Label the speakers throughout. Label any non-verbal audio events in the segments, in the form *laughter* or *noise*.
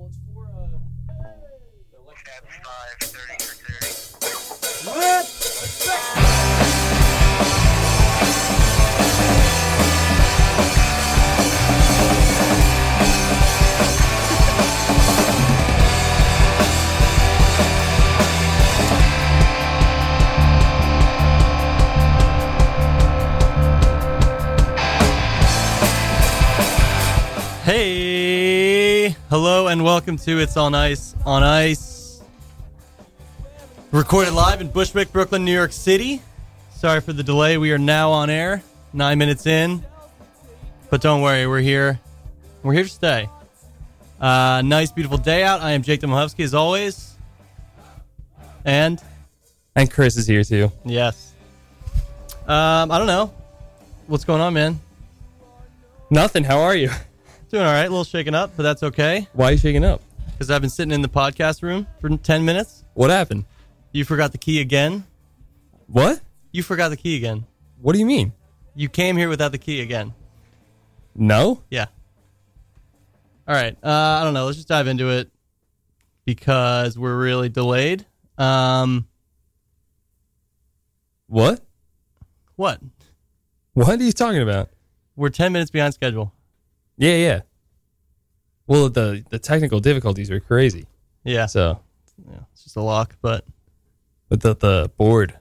Speaker 1: it's for uh, the
Speaker 2: Cab
Speaker 1: electric.
Speaker 2: 5, 30 for 30.
Speaker 1: What?
Speaker 3: Hey, hello, and welcome to It's on Ice on Ice. Recorded live in Bushwick, Brooklyn, New York City. Sorry for the delay. We are now on air, nine minutes in, but don't worry, we're here. We're here to stay. Uh, nice, beautiful day out. I am Jake Domohovsky, as always, and
Speaker 4: And Chris is here too.
Speaker 3: yes, um, I don't know what's going on, man.
Speaker 4: Nothing. How are you? *laughs*
Speaker 3: Doing all right, a little shaken up, but that's okay
Speaker 4: Why are you shaking up?
Speaker 3: because I've been sitting in the podcast room for ten minutes.
Speaker 4: What happened?
Speaker 3: You forgot the key again?
Speaker 4: What?
Speaker 3: You forgot the key again.
Speaker 4: What do you mean?
Speaker 3: You came here without the key again.
Speaker 4: No.
Speaker 3: Yeah. All right. Uh, I don't know. Let's just dive into it because we're really delayed. Um,
Speaker 4: What?
Speaker 3: what?
Speaker 4: What are you talking about?
Speaker 3: We're 10 minutes behind schedule.
Speaker 4: Yeah, yeah. Well, the the technical difficulties are crazy.
Speaker 3: Yeah.
Speaker 4: So,
Speaker 3: yeah it's just a lock, but
Speaker 4: but the the board,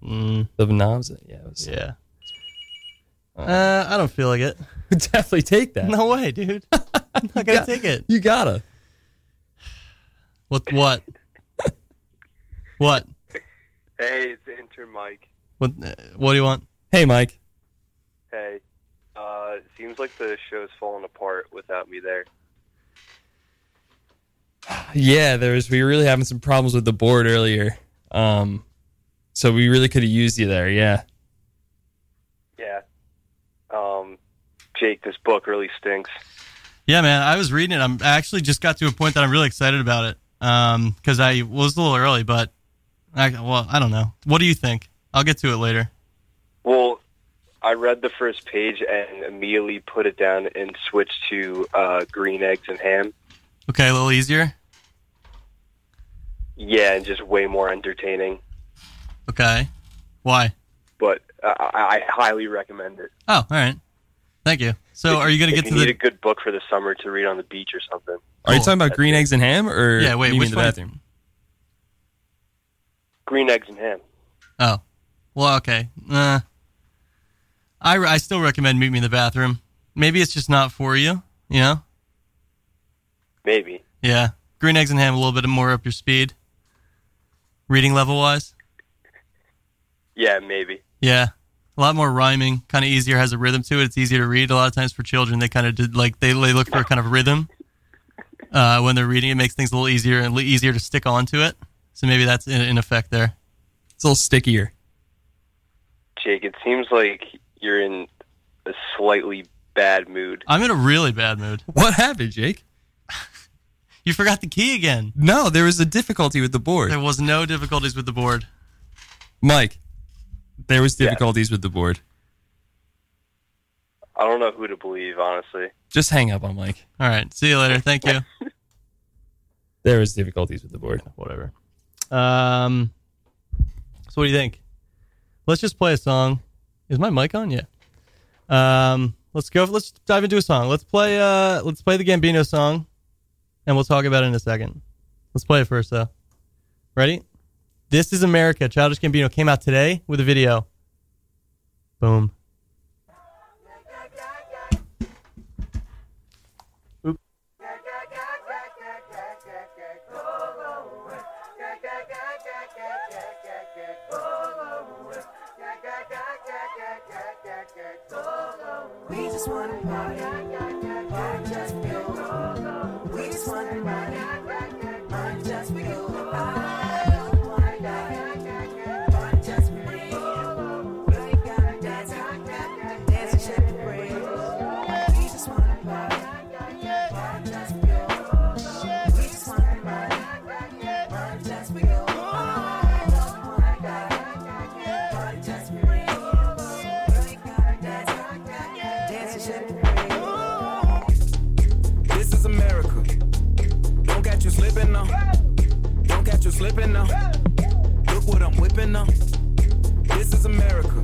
Speaker 3: mm,
Speaker 4: the knobs, yeah, it was,
Speaker 3: yeah. Uh, I don't feel like it.
Speaker 4: *laughs* definitely take
Speaker 3: *laughs*
Speaker 4: that.
Speaker 3: No way, dude. *laughs* I'm not going to
Speaker 4: Yeah.
Speaker 3: take it.
Speaker 4: You gotta.
Speaker 3: What? What? What?
Speaker 5: Hey, it's Inter Mike.
Speaker 3: What, uh, what do you want?
Speaker 4: Hey, Mike.
Speaker 5: Hey. Uh, it seems like the show's falling apart without me there.
Speaker 4: Yeah, there was. We were really having some problems with the board earlier. Um, so we really could have used you there. Yeah.
Speaker 5: Yeah. Um, Jake, this book really stinks.
Speaker 3: Yeah, man, I was reading it. I'm I actually just got to a point that I'm really excited about it. Um, because I was a little early, but I well, I don't know. What do you think? I'll get to it later.
Speaker 5: Well, I read the first page and immediately put it down and switched to uh, green eggs and ham.
Speaker 3: Okay, a little easier.
Speaker 5: Yeah, and just way more entertaining.
Speaker 3: Okay, why?
Speaker 5: But uh, I, I highly recommend it.
Speaker 3: Oh, all right. Thank you. So, are you gonna
Speaker 5: If
Speaker 3: get
Speaker 5: you
Speaker 3: to
Speaker 5: need
Speaker 3: the?
Speaker 5: a good book for the summer to read on the beach or something?
Speaker 4: Are you
Speaker 3: Cool.
Speaker 4: talking about green eggs and ham, or
Speaker 3: Yeah, wait.
Speaker 4: You
Speaker 3: Which
Speaker 4: mean the
Speaker 3: one?
Speaker 4: bathroom?
Speaker 5: Green eggs and ham.
Speaker 3: Oh, well, okay. Uh, I I still recommend meet me in the bathroom. Maybe it's just not for you. You know?
Speaker 5: Maybe.
Speaker 3: Yeah. Green eggs and ham a little bit more up your speed. Reading level wise.
Speaker 5: Yeah, maybe.
Speaker 3: Yeah. A lot more rhyming, kind of easier, has a rhythm to it. It's easier to read. A lot of times for children, they kind of did like they, they look for a kind of rhythm uh, when they're reading. It makes things a little easier and li- easier to stick onto it. So maybe that's in, in effect there.
Speaker 4: It's a little stickier.
Speaker 5: Jake, it seems like you're in a slightly bad mood.
Speaker 3: I'm in a really bad mood.
Speaker 4: What happened, Jake?
Speaker 3: You forgot the key again.
Speaker 4: No, there was a difficulty with the board.
Speaker 3: There was no difficulties with the board.
Speaker 4: Mike, there was difficulties with the board.
Speaker 5: I don't know who to believe, honestly.
Speaker 4: Just hang up on Mike.
Speaker 3: All right. See you later. Thank you.
Speaker 4: There was difficulties with the board.
Speaker 3: Whatever. Um. So what do you think? Let's just play a song. Is my mic on? Yeah. Um. Let's go. Let's dive into a song. Let's play. Uh. Let's play the Gambino song, and we'll talk about it in a second. Let's play it first, though. Ready? This is America. Childish Gambino came out today with a video. Boom.
Speaker 6: We just wanna party. I just feel. We just wanna party. I just feel. I don't wanna die. I just feel. We ain't gotta dance. I got to dance and shake the brains. We just wanna party. I just feel. We just wanna party. I just feel. I don't wanna die. I just feel. We ain't gotta dance. I got to dance and shake the brains.
Speaker 7: This is America.
Speaker 2: slipping now. Look what I'm whipping now. This is America.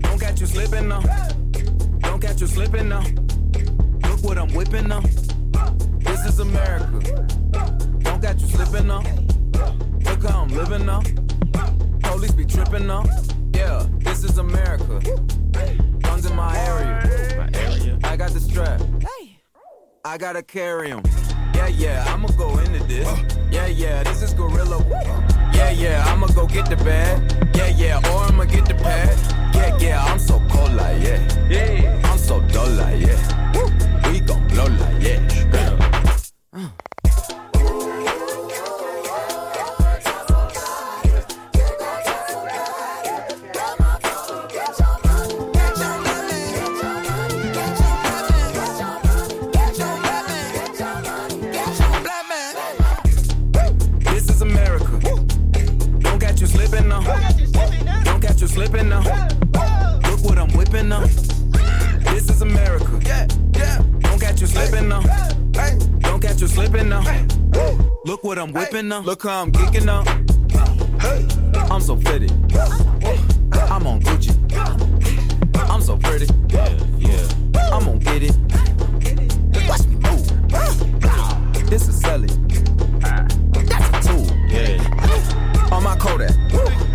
Speaker 2: Don't catch you slipping now. Don't catch you slipping now. Look what I'm whipping now. This is America. Don't catch you slipping now. Look how I'm living now. Police be tripping now. Yeah, this is America. Guns in my area. I got the strap. I gotta carry 'em. Yeah, yeah, I'ma go into this. Yeah, yeah, this is Gorilla. Yeah, yeah, I'ma go get the bag. Yeah, yeah, or I'ma get the pad. Yeah, yeah, I'm so cold like, yeah. Yeah, I'm so dull like, yeah. We gon' blow like, yeah. This is America. Don't catch you slipping now. Don't catch you slipping now. Look what I'm whipping now. This is America. Don't catch you slipping now. Don't catch you slipping now. Look what I'm whipping now. Look how I'm kicking up. I'm so fitted. I'm on Gucci. I'm so pretty. I'm gonna get it. Watch me move. This is selling. That's a tool. On my Kodak.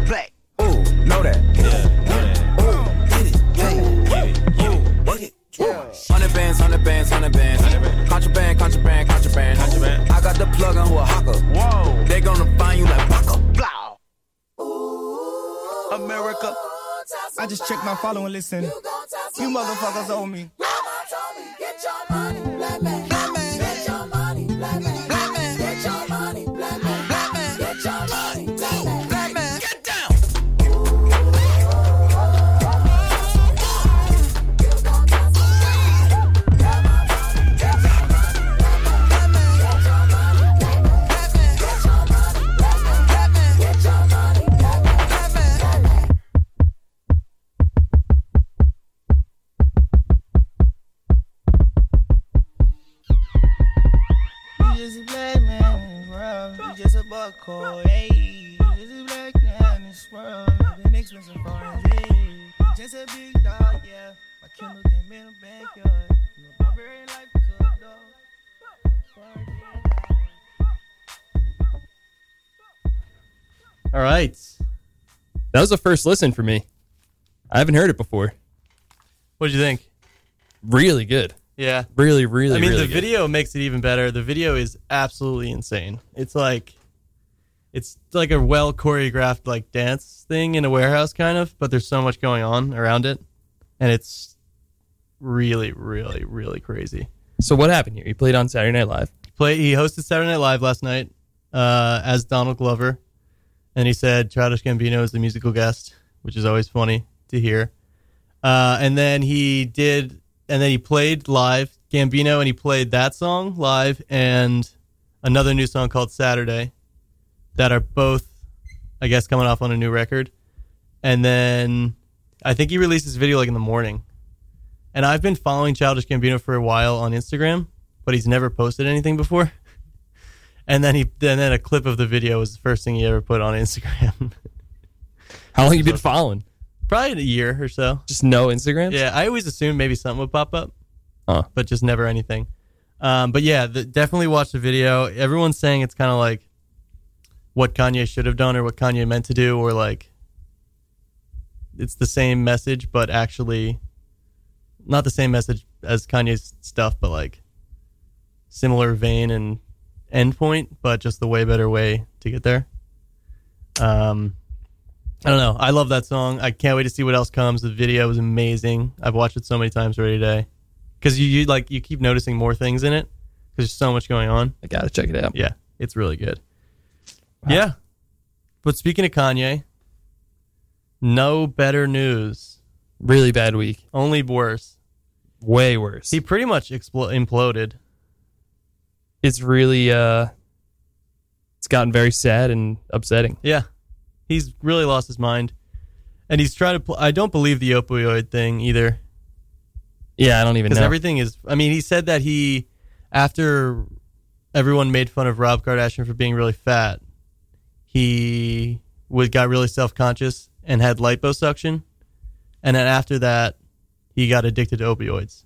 Speaker 2: Black. Ooh, know that. Ooh, get it. Yeah. Ooh, get it. Hundred bands, hundred bands, hundred bands. Contraband, contraband, contraband.
Speaker 7: Contraband.
Speaker 2: I got the plug on who a hawker.
Speaker 7: Whoa.
Speaker 2: They gonna find you like Paco. Blah.
Speaker 7: America. I just checked my follow and listen. You motherfuckers owe me.
Speaker 8: You just a black man in this world. You just a buckle, hey. You just a black man in this world. Been expensive for his hey. Just a big dog, yeah. My Kindle came in the backyard. You a barbarian like a cook dog. Barbarian.
Speaker 3: All right.
Speaker 4: That was a first listen for me. I haven't heard it before.
Speaker 3: What do you think?
Speaker 4: Really good.
Speaker 3: Yeah.
Speaker 4: Really, really.
Speaker 3: I mean,
Speaker 4: really
Speaker 3: the
Speaker 4: good.
Speaker 3: video makes it even better. The video is absolutely insane. It's like, it's like a well choreographed like dance thing in a warehouse kind of, but there's so much going on around it, and it's really, really, really crazy.
Speaker 4: So what happened here? He played on Saturday Night Live.
Speaker 3: Play. He hosted Saturday Night Live last night uh, as Donald Glover, and he said Childish Gambino is the musical guest, which is always funny to hear. Uh, and then he did, and then he played live Gambino, and he played that song live and another new song called Saturday, that are both, I guess, coming off on a new record. And then I think he released his video like in the morning. And I've been following Childish Gambino for a while on Instagram, but he's never posted anything before. *laughs* And then he, and then a clip of the video was the first thing he ever put on Instagram. *laughs*
Speaker 4: How long you been following?
Speaker 3: Probably in a year or so.
Speaker 4: Just no Instagram.
Speaker 3: Yeah, I always assumed maybe something would pop up,
Speaker 4: Huh.
Speaker 3: but just never anything. Um, but yeah, the, definitely watch the video. Everyone's saying it's kind of like what Kanye should have done or what Kanye meant to do, or like it's the same message, but actually not the same message as Kanye's stuff, but like similar vein and endpoint, but just the way better way to get there. Um, I don't know. I love that song. I can't wait to see what else comes. The video is amazing. I've watched it so many times already today. Because you, you like you keep noticing more things in it because there's so much going on.
Speaker 4: I gotta check it out.
Speaker 3: Yeah, it's really good. Yeah, but speaking of Kanye, no better news.
Speaker 4: Really bad week.
Speaker 3: Only worse.
Speaker 4: Way worse.
Speaker 3: He pretty much expl- imploded.
Speaker 4: it's really uh it's gotten very sad and upsetting.
Speaker 3: Yeah, he's really lost his mind, and he's trying to. Pl- I don't believe the opioid thing either.
Speaker 4: Yeah, I don't even
Speaker 3: because
Speaker 4: know.
Speaker 3: everything is. I mean, he said that he, after everyone made fun of Rob Kardashian for being really fat, he was got really self conscious and had liposuction, and then after that, he got addicted to opioids,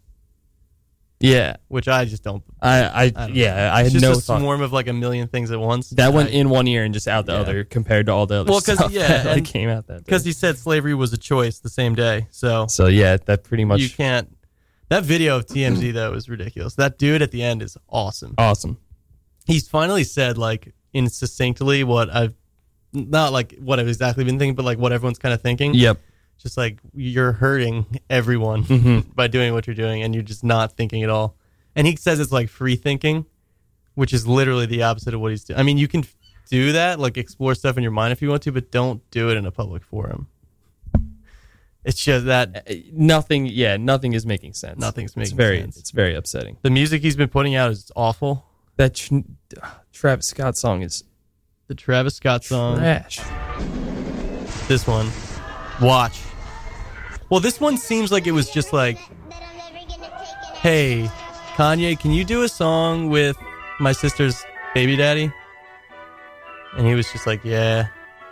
Speaker 4: Yeah.
Speaker 3: which I just don't.
Speaker 4: I, I,
Speaker 3: I don't
Speaker 4: yeah,
Speaker 3: know.
Speaker 4: I
Speaker 3: It's just
Speaker 4: had no
Speaker 3: a
Speaker 4: thought.
Speaker 3: swarm of like a million things at once.
Speaker 4: That went in one ear and just out the
Speaker 3: Yeah.
Speaker 4: other compared to all the other
Speaker 3: Well, 'cause-
Speaker 4: stuff *laughs*
Speaker 3: yeah,
Speaker 4: that like,
Speaker 3: and-
Speaker 4: came out that
Speaker 3: because
Speaker 4: day.
Speaker 3: he said slavery was a choice the same day. So
Speaker 4: So yeah, that pretty much
Speaker 3: you can't. That video of TMZ though is ridiculous. That dude at the end is awesome.
Speaker 4: awesome.
Speaker 3: He's finally said like in succinctly what I've not like what I've exactly been thinking, but like what everyone's kind of thinking.
Speaker 4: Yep.
Speaker 3: Just like you're hurting everyone
Speaker 4: Mhm.
Speaker 3: *laughs* by doing what you're doing, and you're just not thinking at all. And he says it's like free thinking, which is literally the opposite of what he's doing. I mean, you can do that, like explore stuff in your mind if you want to, but don't do it in a public forum. It's just that
Speaker 4: Uh, Nothing. Yeah, nothing is making sense.
Speaker 3: Nothing's
Speaker 4: it's
Speaker 3: making
Speaker 4: very,
Speaker 3: sense.
Speaker 4: It's very upsetting.
Speaker 3: The music he's been putting out is awful.
Speaker 4: That tr- ugh, Travis Scott song is um,
Speaker 3: The Travis Scott song,
Speaker 4: trash.
Speaker 3: this one, watch. Well, this one seems like it was just like, hey, Kanye, can you do a song with my sister's baby daddy? And he was just like, yeah,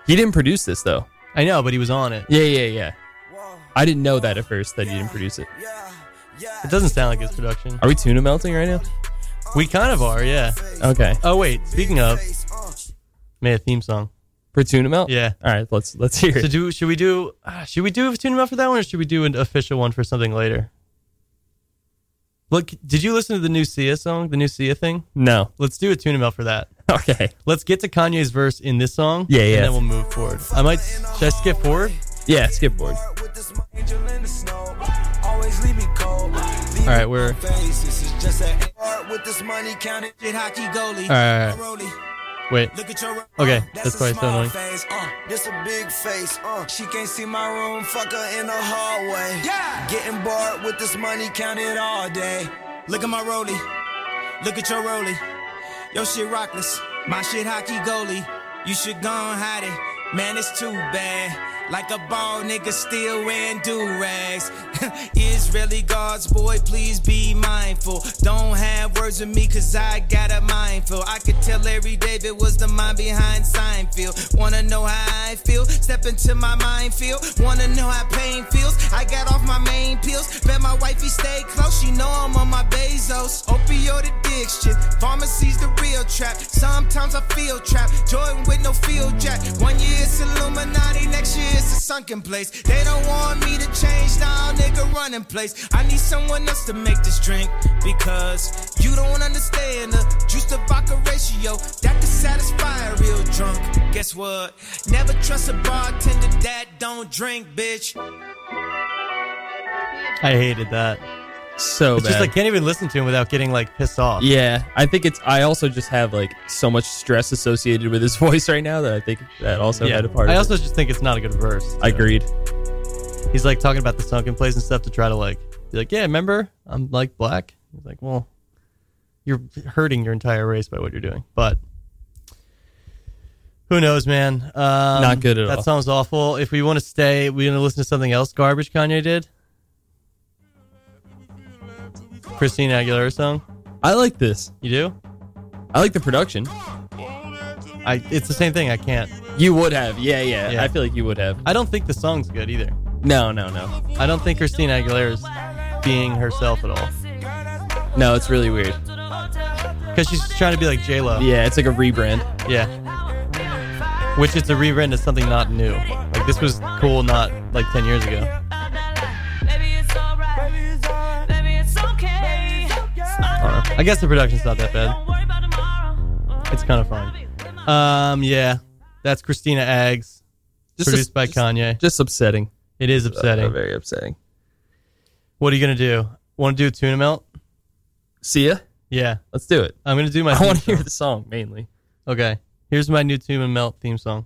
Speaker 4: He didn't produce this though.
Speaker 3: I know, but he was on it.
Speaker 4: Yeah, yeah, yeah. I didn't know that at first that he didn't produce it.
Speaker 3: It doesn't sound like his production.
Speaker 4: Are we tuna melting right now?
Speaker 3: We kind of are, yeah.
Speaker 4: Okay,
Speaker 3: Oh wait, speaking of, made a theme song.
Speaker 4: for tuna melt.
Speaker 3: Yeah.
Speaker 4: All right, let's let's hear
Speaker 3: So
Speaker 4: it.
Speaker 3: do should we do uh, should we do a tune up for that one or should we do an official one for something later? Look, did you listen to the new Sia song, the new Sia thing?
Speaker 4: No.
Speaker 3: Let's do a tune up for that.
Speaker 4: Okay.
Speaker 3: Let's get to Kanye's verse in this song.
Speaker 4: Yeah, yeah.
Speaker 3: And then we'll move forward. I might should I skip forward?
Speaker 4: Yeah. Skip board.
Speaker 9: With this angel in the snow, always leave me cold. Leave
Speaker 3: All right,
Speaker 9: me
Speaker 3: we're-
Speaker 9: face. This is just a art with this money counted shit hockey goalie.
Speaker 3: Alright.
Speaker 9: Rollie,
Speaker 3: Wait.
Speaker 9: Look at your
Speaker 3: Okay,
Speaker 9: uh,
Speaker 3: that's
Speaker 9: a
Speaker 3: probably so
Speaker 9: small
Speaker 3: annoying.
Speaker 9: Face, uh, this a big face. Uh, she can't see my room. Fuck her in the hallway. Yeah. Getting bored with this money counted all day.
Speaker 8: Look at my rollie. Look at your rollie. Your shit rockless. My shit hockey goalie. You should go and hide it. Man, it's too bad. Like a ball nigga still wearing do *laughs* rags. Israeli guards, boy, please be mindful. Don't have words with me, cause I got a mindful. I could tell Larry David was the mind behind Seinfeld. Wanna know how I feel? Step into my minefield. Wanna know how pain feels? I got off my main pills. Bet my wifey stay close. She know I'm on my Bezos. Opioid addiction. Pharmacy's the real trap. Sometimes I feel trapped. Jordan with no field jack. One year it's Illuminati, next year it's a sunken place. They don't want me to change now, nigga, running place. I need someone else to make this drink because you don't understand the juice to vodka ratio that can satisfy a real drunk. Guess what? Never trust a bartender that don't drink, bitch.
Speaker 3: I hated that.
Speaker 4: So
Speaker 3: It's
Speaker 4: bad.
Speaker 3: just I can't even listen to him without getting like pissed off.
Speaker 4: Yeah, I think it's. I also just have like so much stress associated with his *laughs* voice right now that I think that also had a part.
Speaker 3: I
Speaker 4: of
Speaker 3: also
Speaker 4: it.
Speaker 3: just think it's not a good verse.
Speaker 4: I agreed.
Speaker 3: He's like talking about the sunken place and stuff to try to like be like, yeah, remember I'm like black. He's like, well, you're hurting your entire race by what you're doing, but who knows, man? Um, Not
Speaker 4: good at
Speaker 3: that
Speaker 4: all.
Speaker 3: sounds awful. If we want to stay, we want to listen to something else. Garbage Kanye did. Christina Aguilera song.
Speaker 4: I like this.
Speaker 3: You do?
Speaker 4: I like the production.
Speaker 3: I. It's the same thing. I can't.
Speaker 4: You would have. Yeah, yeah.
Speaker 3: Yeah.
Speaker 4: I feel like you would have.
Speaker 3: I don't think the song's good either.
Speaker 4: No, no, no.
Speaker 3: I don't think Christina Aguilera's being herself at all
Speaker 4: No, it's really weird.
Speaker 3: because she's trying to be like J Lo.
Speaker 4: Yeah, it's like a rebrand.
Speaker 3: Yeah. Which it's a rebrand of something not new. Like this was cool not like ten years ago. I don't know. I guess the production's not that bad. It's kind of fun. Um, yeah, that's Christina Aggs,
Speaker 4: Just
Speaker 3: produced
Speaker 4: ups-
Speaker 3: by
Speaker 4: just-
Speaker 3: Kanye.
Speaker 4: Just upsetting.
Speaker 3: It is
Speaker 4: Uh,
Speaker 3: upsetting.
Speaker 4: very upsetting.
Speaker 3: What are you gonna do? Want to do a tuna melt?
Speaker 4: See ya.
Speaker 3: Yeah,
Speaker 4: Let's do it.
Speaker 3: I'm gonna do my.
Speaker 4: I
Speaker 3: theme
Speaker 4: want to hear
Speaker 3: song.
Speaker 4: the song mainly.
Speaker 3: Okay, here's my new tuna melt theme song.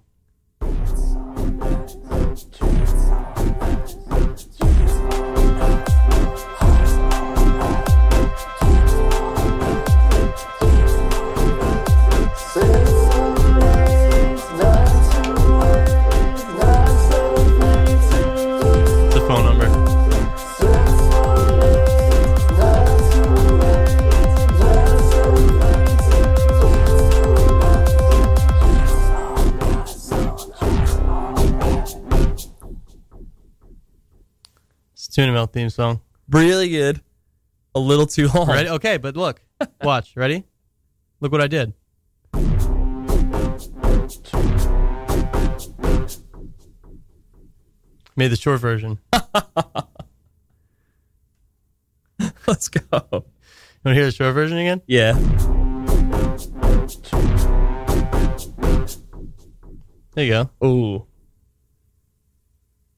Speaker 3: It's a phone number. Tunemel theme song.
Speaker 4: Really good. A little too long.
Speaker 3: Ready? Okay, but look, watch. Ready? Look what I did. Made the short version.
Speaker 4: *laughs* Let's go. Want
Speaker 3: to hear the short version again?
Speaker 4: Yeah.
Speaker 3: There you go.
Speaker 4: Ooh. *laughs*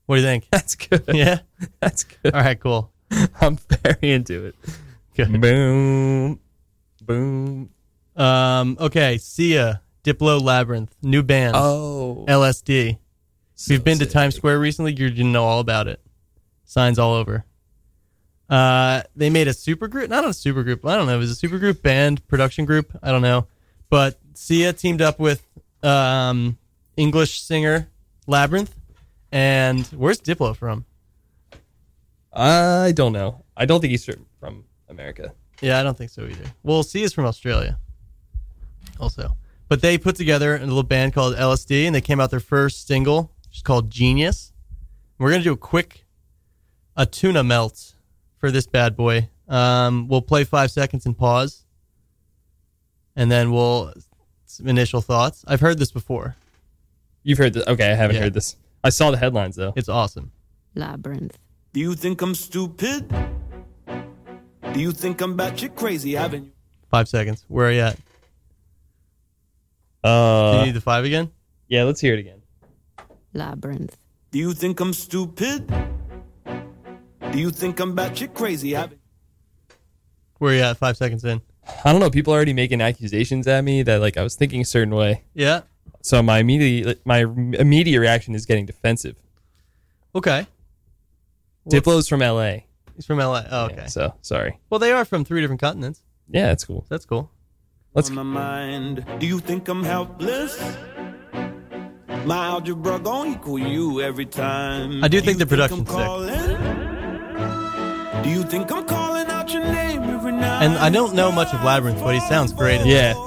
Speaker 3: What do you think? *laughs*
Speaker 4: That's good.
Speaker 3: Yeah.
Speaker 4: That's good.
Speaker 3: All right, cool.
Speaker 4: *laughs* I'm very into it.
Speaker 3: Good.
Speaker 4: Boom. Boom.
Speaker 3: Um, okay, Sia, Diplo Labyrinth, new band,
Speaker 4: Oh.
Speaker 3: LSD. If you've been to
Speaker 4: sick.
Speaker 3: Times Square recently, you're going to know all about it. Signs all over. Uh, they made a super group, not a super group, I don't know. It was a super group band, production group, I don't know. But Sia teamed up with um, English singer Labyrinth. And where's Diplo from?
Speaker 4: I don't know. I don't think he's from America.
Speaker 3: Yeah, I don't think so either. Well, C is from Australia, also. But they put together a little band called LSD, and they came out their first single, which is called Genius. We're gonna do a quick, a tuna melt for this bad boy. Um, we'll play five seconds and pause, and then we'll some initial thoughts. I've heard this before.
Speaker 4: You've heard this. Okay, I haven't
Speaker 3: Yeah.
Speaker 4: heard this. I saw the headlines though.
Speaker 3: It's awesome.
Speaker 10: Labyrinth.
Speaker 11: Do you think I'm stupid? Do you think I'm batshit crazy? Haven't you?
Speaker 3: Five seconds. Where are you at? Do you
Speaker 4: Uh,
Speaker 3: need the five again?
Speaker 4: yeah, let's hear it again.
Speaker 10: Labyrinth.
Speaker 11: Do you think I'm stupid? Do you think I'm batshit crazy? Haven't
Speaker 3: Where are you at? Five seconds in.
Speaker 4: I don't know. People are already making accusations at me that like I was thinking a certain way.
Speaker 3: Yeah.
Speaker 4: So my immediate my immediate reaction is getting defensive.
Speaker 3: Okay.
Speaker 4: Diplo's from L.A.
Speaker 3: He's from LA. Oh, okay.
Speaker 4: Yeah, so sorry.
Speaker 3: Well, they are from three different continents.
Speaker 4: Yeah, that's cool.
Speaker 3: So that's cool.
Speaker 4: Let's.
Speaker 11: on my mind. Do you think I'm helpless? My algebra gon' equal you every time.
Speaker 3: I do think
Speaker 11: you
Speaker 3: the production's
Speaker 11: I'm
Speaker 3: sick.
Speaker 11: calling? Do you think I'm calling out your name every night?
Speaker 3: And I don't know much of Labyrinth, but he sounds great. in
Speaker 4: Yeah.
Speaker 3: it.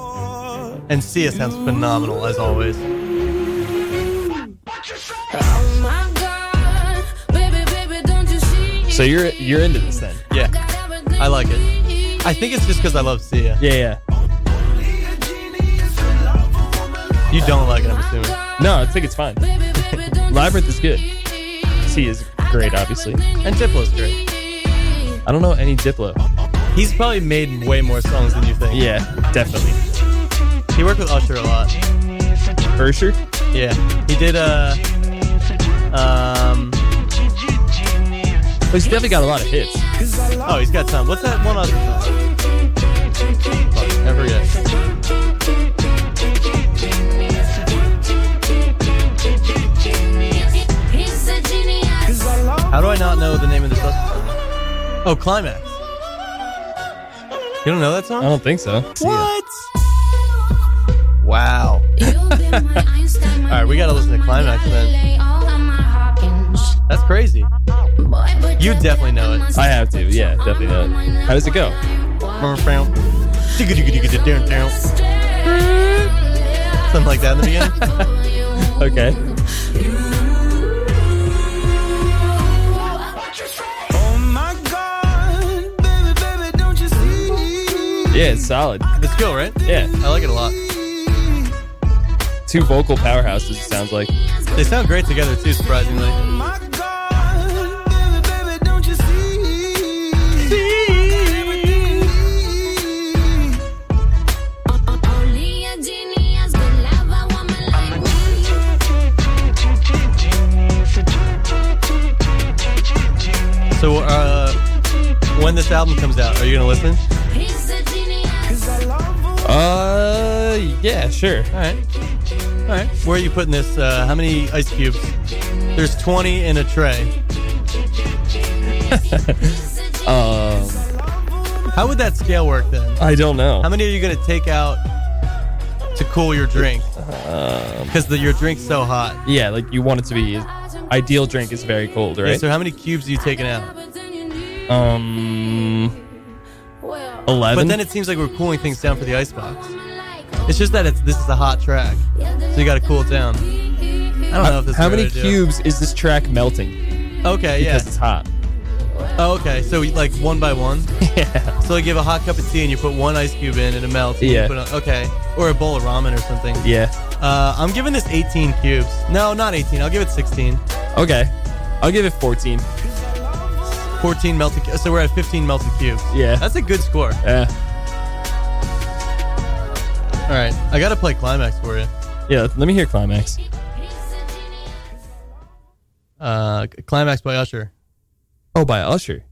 Speaker 3: And Sia sounds phenomenal, as always.
Speaker 6: Oh my God, baby, baby, don't you see?
Speaker 4: So you're you're into this then?
Speaker 3: Yeah.
Speaker 6: Got everything
Speaker 3: I like it.
Speaker 6: you need.
Speaker 3: I think it's just because I love Sia.
Speaker 4: Yeah, yeah.
Speaker 3: You don't like it, I'm assuming.
Speaker 4: No, I think it's fine.
Speaker 6: Baby, baby, don't you
Speaker 4: Labyrinth is good.
Speaker 6: see?
Speaker 4: C is great,
Speaker 3: *laughs*
Speaker 4: obviously.
Speaker 3: And Diplo's great.
Speaker 4: I don't know any Diplo.
Speaker 3: He's probably made way more songs than you think.
Speaker 4: Yeah, definitely.
Speaker 3: He worked with Usher a lot.
Speaker 4: Ursher?
Speaker 3: Yeah. He did, uh. Um.
Speaker 4: Well, he's definitely got a lot of hits.
Speaker 3: Oh, he's got some. What's that one other song? Fuck, I forget.
Speaker 6: He's a genius.
Speaker 3: How do I not know the name of this other song? Oh, Climax. You don't know that
Speaker 4: I
Speaker 3: song?
Speaker 4: don't think so.
Speaker 3: What? Wow.
Speaker 6: You'll be my Einstein, my
Speaker 3: All right, we gotta listen to
Speaker 6: Newton, my
Speaker 3: Climax then.
Speaker 6: Galileo, all of my Hawkins.
Speaker 3: That's crazy.
Speaker 6: Boy, but
Speaker 3: You
Speaker 6: you're
Speaker 3: definitely know it.
Speaker 6: my
Speaker 4: I have to, yeah, definitely not. How does it go?
Speaker 3: Something like that in the beginning.
Speaker 4: Okay.
Speaker 11: Oh my God, baby, baby, don't you see?
Speaker 4: Yeah, it's solid.
Speaker 3: It's cool, right?
Speaker 4: Yeah.
Speaker 3: I like it a lot.
Speaker 4: Two vocal powerhouses, it sounds like.
Speaker 3: They sound great together too, surprisingly.
Speaker 11: My God, baby, baby, don't you see? Got everything you need.
Speaker 6: Only a genius could love a woman like me.
Speaker 3: So, uh, when this album comes out, are you gonna listen?
Speaker 6: He's a genius.
Speaker 4: Uh, yeah, sure.
Speaker 3: All right. All right. Where are you putting this? Uh, how many ice cubes? There's 20 in a tray.
Speaker 4: Um,
Speaker 3: How would that scale work then?
Speaker 4: I don't
Speaker 3: How
Speaker 4: know.
Speaker 3: many are you gonna take out to cool your drink? Because your drink's so hot.
Speaker 4: Yeah, like you want it to be. Ideal drink is very cold,
Speaker 3: Yeah,
Speaker 4: right?
Speaker 3: so how many cubes are you taking out?
Speaker 4: Um,
Speaker 6: Well,
Speaker 4: 11.
Speaker 3: But then it seems like we're cooling things down for the icebox. It's just that it's this is a hot track, so you got to cool it down. I don't know if this is
Speaker 4: How
Speaker 3: the way
Speaker 4: many
Speaker 3: to do it.
Speaker 4: cubes is this track melting?
Speaker 3: Okay, yeah.
Speaker 4: *laughs* Because it's hot.
Speaker 3: Oh, okay. So you- like one by one. Yeah. So like you have a hot cup of tea and you put one ice cube in and it melts. and you
Speaker 4: Yeah.
Speaker 3: put on- okay. Or a bowl of ramen or something.
Speaker 4: Yeah.
Speaker 3: Uh, I'm giving this 18 cubes. No, not 18. I'll give it 16.
Speaker 4: Okay. I'll give it 14.
Speaker 3: 14 melted. cu- So we're at 15 melted cubes.
Speaker 4: Yeah.
Speaker 3: That's a good score.
Speaker 4: Yeah.
Speaker 3: All right. I gotta play climax for you.
Speaker 4: Yeah, let me hear climax.
Speaker 3: Uh, climax by Usher.
Speaker 4: Oh, by Usher.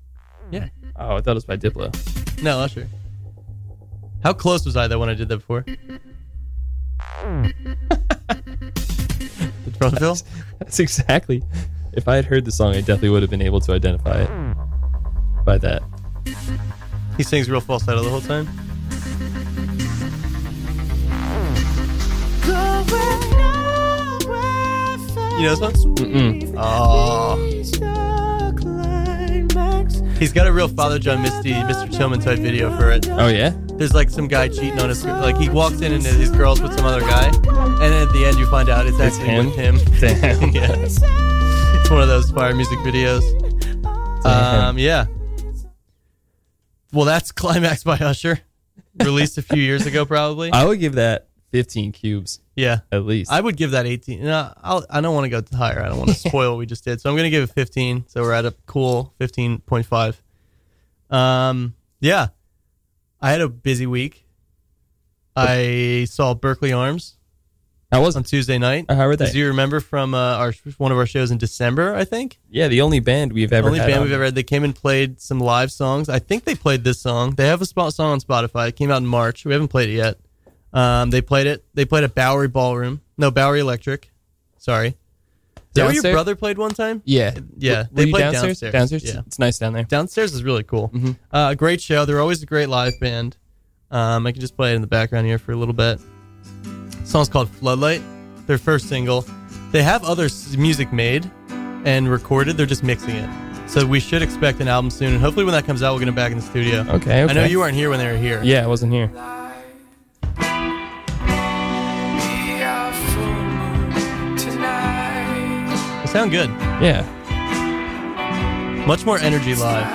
Speaker 3: Yeah.
Speaker 4: Oh, I thought it was by Diplo. *laughs*
Speaker 3: No, Usher. How close was I though when I did that before? Drum fill?
Speaker 4: That's exactly. If I had heard the song, I definitely would have been able to identify it by that.
Speaker 3: *laughs* He sings real falsetto the whole time. You know this one?
Speaker 6: Mm-mm.
Speaker 3: Oh. He's got a real Father John Misty, Mr. Tillman type video for it.
Speaker 4: Oh yeah.
Speaker 3: There's like some guy cheating on his like he walks in and his girl's with some other guy, and at the end you find out it's
Speaker 4: It's
Speaker 3: actually with him. *laughs*
Speaker 4: Damn.
Speaker 3: yeah. It's one of those fire music videos.
Speaker 4: Damn.
Speaker 3: Um, yeah. Well, that's Climax by Usher, released a few years ago, probably.
Speaker 4: *laughs* I would give that 15 cubes.
Speaker 3: Yeah.
Speaker 4: At least.
Speaker 3: I would give that 18. No, I'll, I don't want to go higher. I don't want
Speaker 4: *laughs*
Speaker 3: to spoil what we just did. So I'm going to give it 15. So we're at a cool 15.5. Um, yeah. I had a busy week. I saw Berkeley Arms.
Speaker 4: I was
Speaker 3: on Tuesday night.
Speaker 4: Uh, how were they?
Speaker 3: As you remember from uh, our one of our shows in December, I think.
Speaker 4: yeah, the only band we've ever
Speaker 3: Only
Speaker 4: had
Speaker 3: band
Speaker 4: on.
Speaker 3: we've ever had. They came and played some live songs. I think they played this song. They have a spot song on Spotify. It came out in March. We haven't played it yet. Um, they played it. They played at Bowery Ballroom. No, Bowery Electric. Sorry. Is that where your
Speaker 4: Downstairs?
Speaker 3: brother played one time?
Speaker 4: Yeah.
Speaker 3: Yeah.
Speaker 4: Were you downstairs? Downstairs? It's nice down there.
Speaker 3: Downstairs is really cool.
Speaker 4: Mm-hmm.
Speaker 3: Uh, a great show. They're always a great live band. Um, I can just play it in the background here for a little bit. song's called Floodlight, their first single. They have other s- music made and recorded, they're just mixing it. So we should expect an album soon. And hopefully, when that comes out, we'll get it back in the studio.
Speaker 4: Okay,
Speaker 3: I know
Speaker 4: okay.
Speaker 3: you weren't here when they were here.
Speaker 4: Yeah, I wasn't here.
Speaker 3: They sound good.
Speaker 4: Yeah.
Speaker 3: Much more energy live.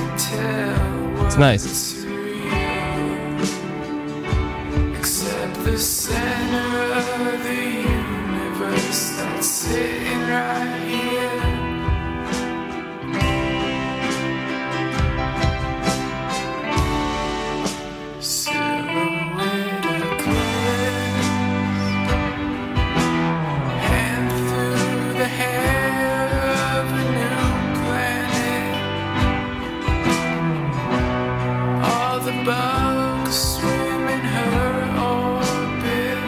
Speaker 4: It's nice.
Speaker 6: Except the center of the universe that's sitting right here. Silhouette of glass. Hand through the hair of a new planet. All the bugs swim in her orbit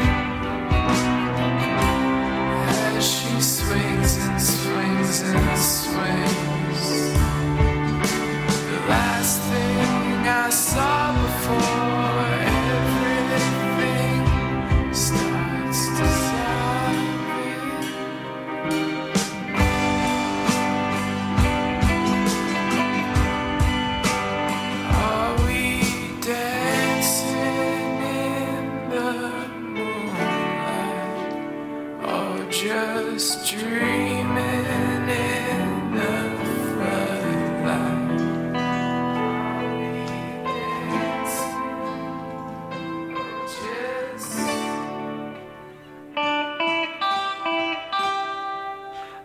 Speaker 6: as she swings and swings and swings. The last thing I saw before everything starts to sound. Are we dancing in the moonlight or just dreaming in the floodlight?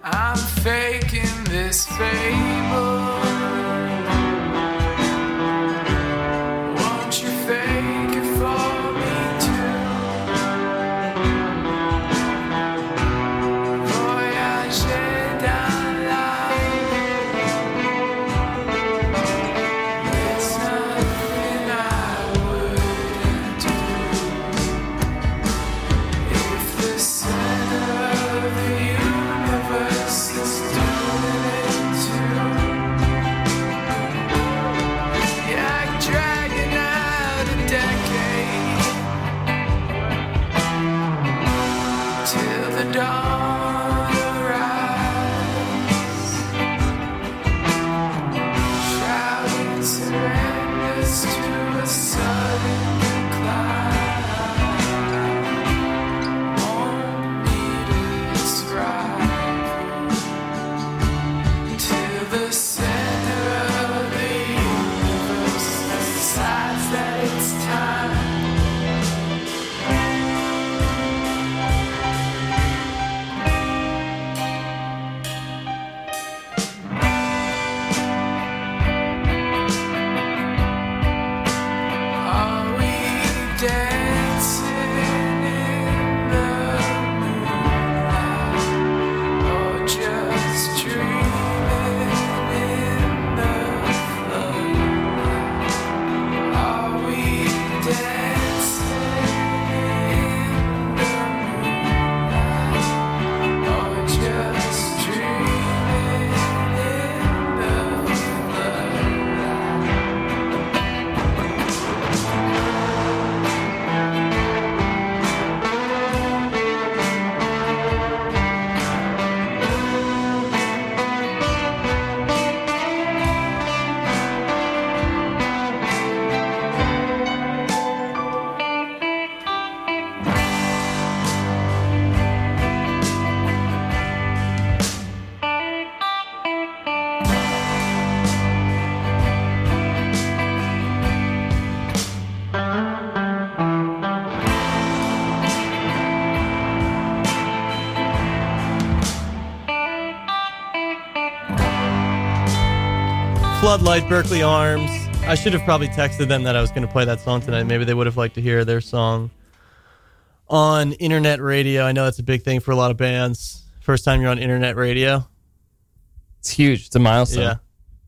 Speaker 6: I'm faking this fable. Won't you fake it for me too? Voyager down life. There's nothing I wouldn't do if the center of the universe is doing it too.
Speaker 3: Floodlight, Berkeley Arms. I should have probably texted them that I was going to play that song tonight. Maybe they would have liked to hear their song on internet radio. I know that's a big thing for a lot of bands. First time you're on internet radio.
Speaker 4: It's huge. It's a milestone.
Speaker 3: Yeah.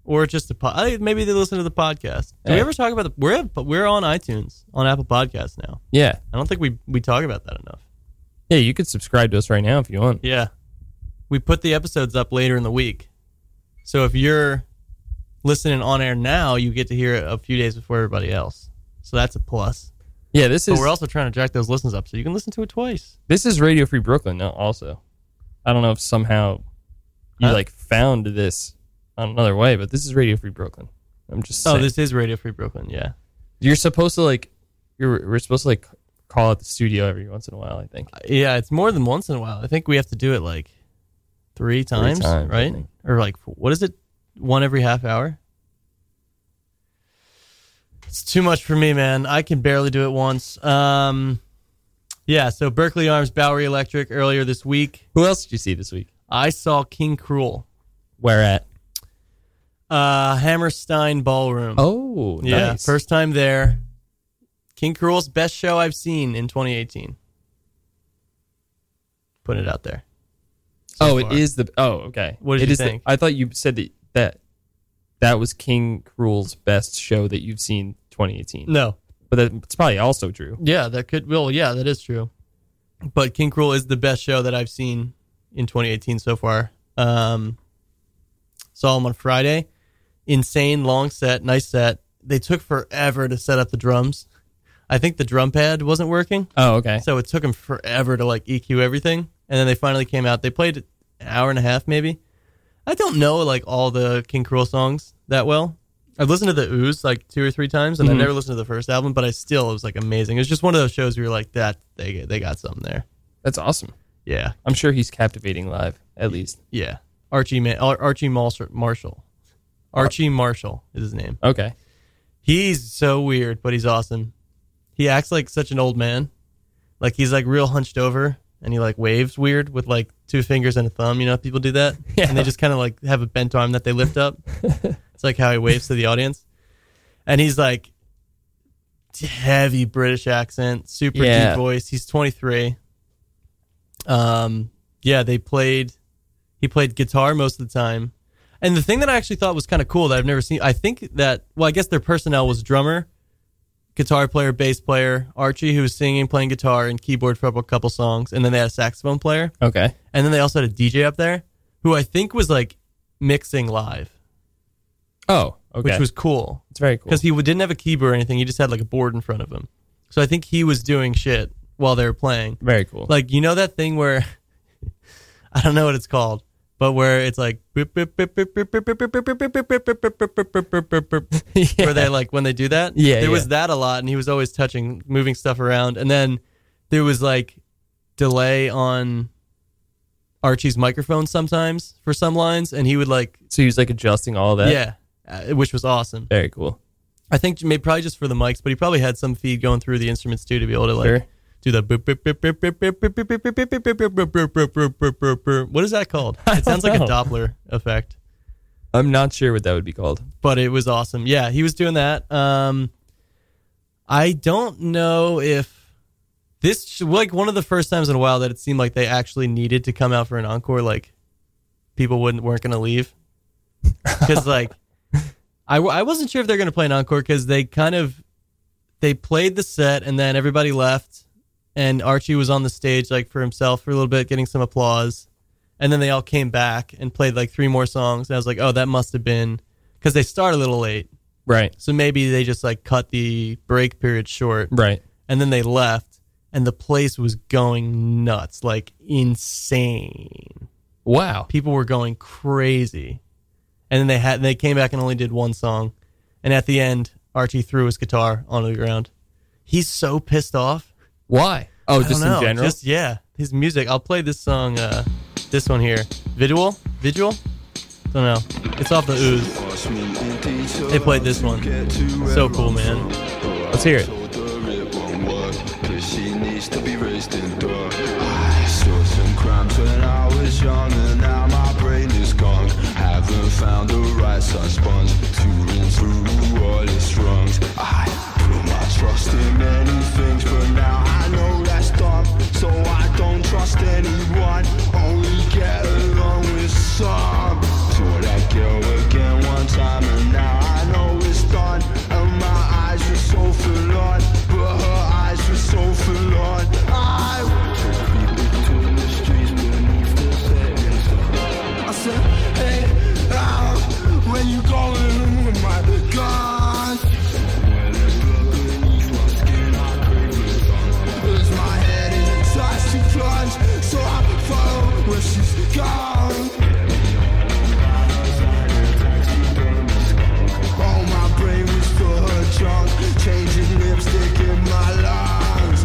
Speaker 3: Or just a po- I- maybe they listen to the podcast. Did we
Speaker 4: Yeah.
Speaker 3: ever talk about the we're we're on iTunes on Apple Podcasts now.
Speaker 4: Yeah.
Speaker 3: I don't think we we talk about that enough.
Speaker 4: Yeah, you could subscribe to us right now if you want.
Speaker 3: Yeah. We put the episodes up later in the week. So if you're listening on air now, you get to hear it a few days before everybody else. So that's a plus.
Speaker 4: Yeah, this
Speaker 3: But
Speaker 4: is-
Speaker 3: we're also trying to jack those listens up so you can listen to it twice.
Speaker 4: This is Radio Free Brooklyn now also. I don't know if somehow you
Speaker 3: Huh?
Speaker 4: like found this on another way, but this is Radio Free Brooklyn. I'm just
Speaker 3: Oh,
Speaker 4: saying.
Speaker 3: this is Radio Free Brooklyn, yeah.
Speaker 4: You're supposed to like you're we're supposed to like call at the studio every once in a while, I think.
Speaker 3: Yeah, it's more than once in a while. I think we have to do it like three times,
Speaker 4: times, I
Speaker 3: right?
Speaker 4: think.
Speaker 3: Or like what is it? One every half hour? It's too much for me, man. I can barely do it once. Um yeah, so Berkeley Arms, Bowery Electric earlier this week.
Speaker 4: Who else did you see this week?
Speaker 3: I saw King Cruel.
Speaker 4: Where at?
Speaker 3: Uh, Hammerstein Ballroom.
Speaker 4: Oh,
Speaker 3: yeah,
Speaker 4: nice.
Speaker 3: first time there. King Cruel's best show I've seen in 2018. Putting it out there.
Speaker 4: oh, it is the Oh, okay.
Speaker 3: What did
Speaker 4: It
Speaker 3: you
Speaker 4: is the-
Speaker 3: think?
Speaker 4: I thought you said that that that was King Cruel's best show that you've seen 2018.
Speaker 3: No.
Speaker 4: But that, it's probably also true.
Speaker 3: Yeah, that could. Well, yeah, that is true. But King Cruel is the best show that I've seen in 2018 so far. Um, saw him on Friday. Insane long set, nice set. They took forever to set up the drums. I think the drum pad wasn't working.
Speaker 4: Oh, okay.
Speaker 3: So it took them forever to like EQ everything, and then they finally came out. They played an hour and a half, maybe. I don't know like all the King Cruel songs that well. I've listened to the Ooze like two or three times, and
Speaker 4: Mhm.
Speaker 3: I never listened to the first album, but I still it was like amazing. It was just one of those shows where you're like, that they they got something there.
Speaker 4: That's awesome.
Speaker 3: Yeah.
Speaker 4: I'm sure he's captivating live, at least.
Speaker 3: Yeah, Archie Ma- Ar- Archie Marshall Marshall, Archie Marshall is his name.
Speaker 4: Okay.
Speaker 3: He's so weird, but he's awesome. He acts like such an old man. Like he's like real hunched over and he like waves weird with like two fingers and a thumb. You know, how people do that.
Speaker 4: Yeah.
Speaker 3: And they just kind of like have a bent arm that they lift up. it's like how he waves to the audience. And he's like heavy British accent, super
Speaker 4: Yeah.
Speaker 3: deep voice. He's 23. Um, yeah, they played. He played guitar most of the time, and the thing that I actually thought was kind of cool that I've never seen. I think that well, I guess their personnel was drummer, guitar player, bass player, Archie who was singing, playing guitar, and keyboard for a couple songs, and then they had a saxophone player.
Speaker 4: Okay.
Speaker 3: and then they also had a DJ up there who I think was like mixing live.
Speaker 4: Oh, okay.
Speaker 3: Which was cool.
Speaker 4: It's very cool.
Speaker 3: Because he w- didn't have a keyboard or anything. He just had like a board in front of him. So I think he was doing shit while they were playing.
Speaker 4: Very cool.
Speaker 3: Like, you know that thing where, *laughs* I don't know what it's called, but where it's like, *laughs* *laughs* where they like, when they do that?
Speaker 4: Yeah,
Speaker 3: There
Speaker 4: yeah.
Speaker 3: was that a lot, and he was always touching, moving stuff around. And then there was like delay on Archie's microphone sometimes for some lines, and he would like,
Speaker 4: So he was like adjusting all that.
Speaker 3: yeah, uh, which was awesome.
Speaker 4: Very cool.
Speaker 3: I think maybe probably just for the mics, but he probably had some feed going through the instruments too to be able to like
Speaker 4: Sure.
Speaker 3: do the boop boop boop boop boop boop boop boop boop boop boop boop boop boop boop boop boop boop boop. What is that called? It sounds like a
Speaker 4: know.
Speaker 3: Doppler effect
Speaker 4: I'm not sure what that would be called.
Speaker 3: but it was awesome. Yeah, he was doing that. Um, I don't know if this like one of the first times in a while that it seemed like they actually needed to come out for an encore. Like people wouldn't weren't going to leave because like I w- I wasn't sure if they're going to play an encore because they kind of they played the set and then everybody left and Archie was on the stage like for himself for a little bit getting some applause and then they all came back and played like three more songs and I was like oh that must have been because they start a little late
Speaker 4: Right.
Speaker 3: so maybe they just like cut the break period short
Speaker 4: Right.
Speaker 3: and then they left and the place was going nuts like insane
Speaker 4: Wow.
Speaker 3: people were going crazy and then they had they came back and only did one song and at the end Archie threw his guitar onto the ground he's so pissed off
Speaker 4: Why? Oh,
Speaker 3: I don't
Speaker 4: just in
Speaker 3: know.
Speaker 4: general?
Speaker 3: Just yeah, his music. I'll play this song, uh, this one here, Visual, Visual. Don't know. It's off the Ooze. They played this one. So cool, man.
Speaker 4: Let's hear it.
Speaker 12: She needs to be raised indoor. I saw some cramps when I was young, and now my brain is gone. Haven't found the right sun sponge to
Speaker 13: Oh gone. All my brain was to her junk, changing lipstick in my lungs.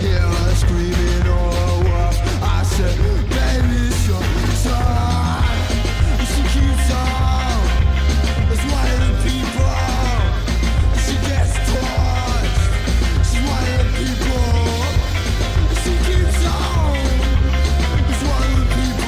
Speaker 13: Hear her screaming or a wolf. I said, baby, it's your time. She keeps on. It's one of the people. She gets touched. She's one of the people. She keeps on. It's one of the people.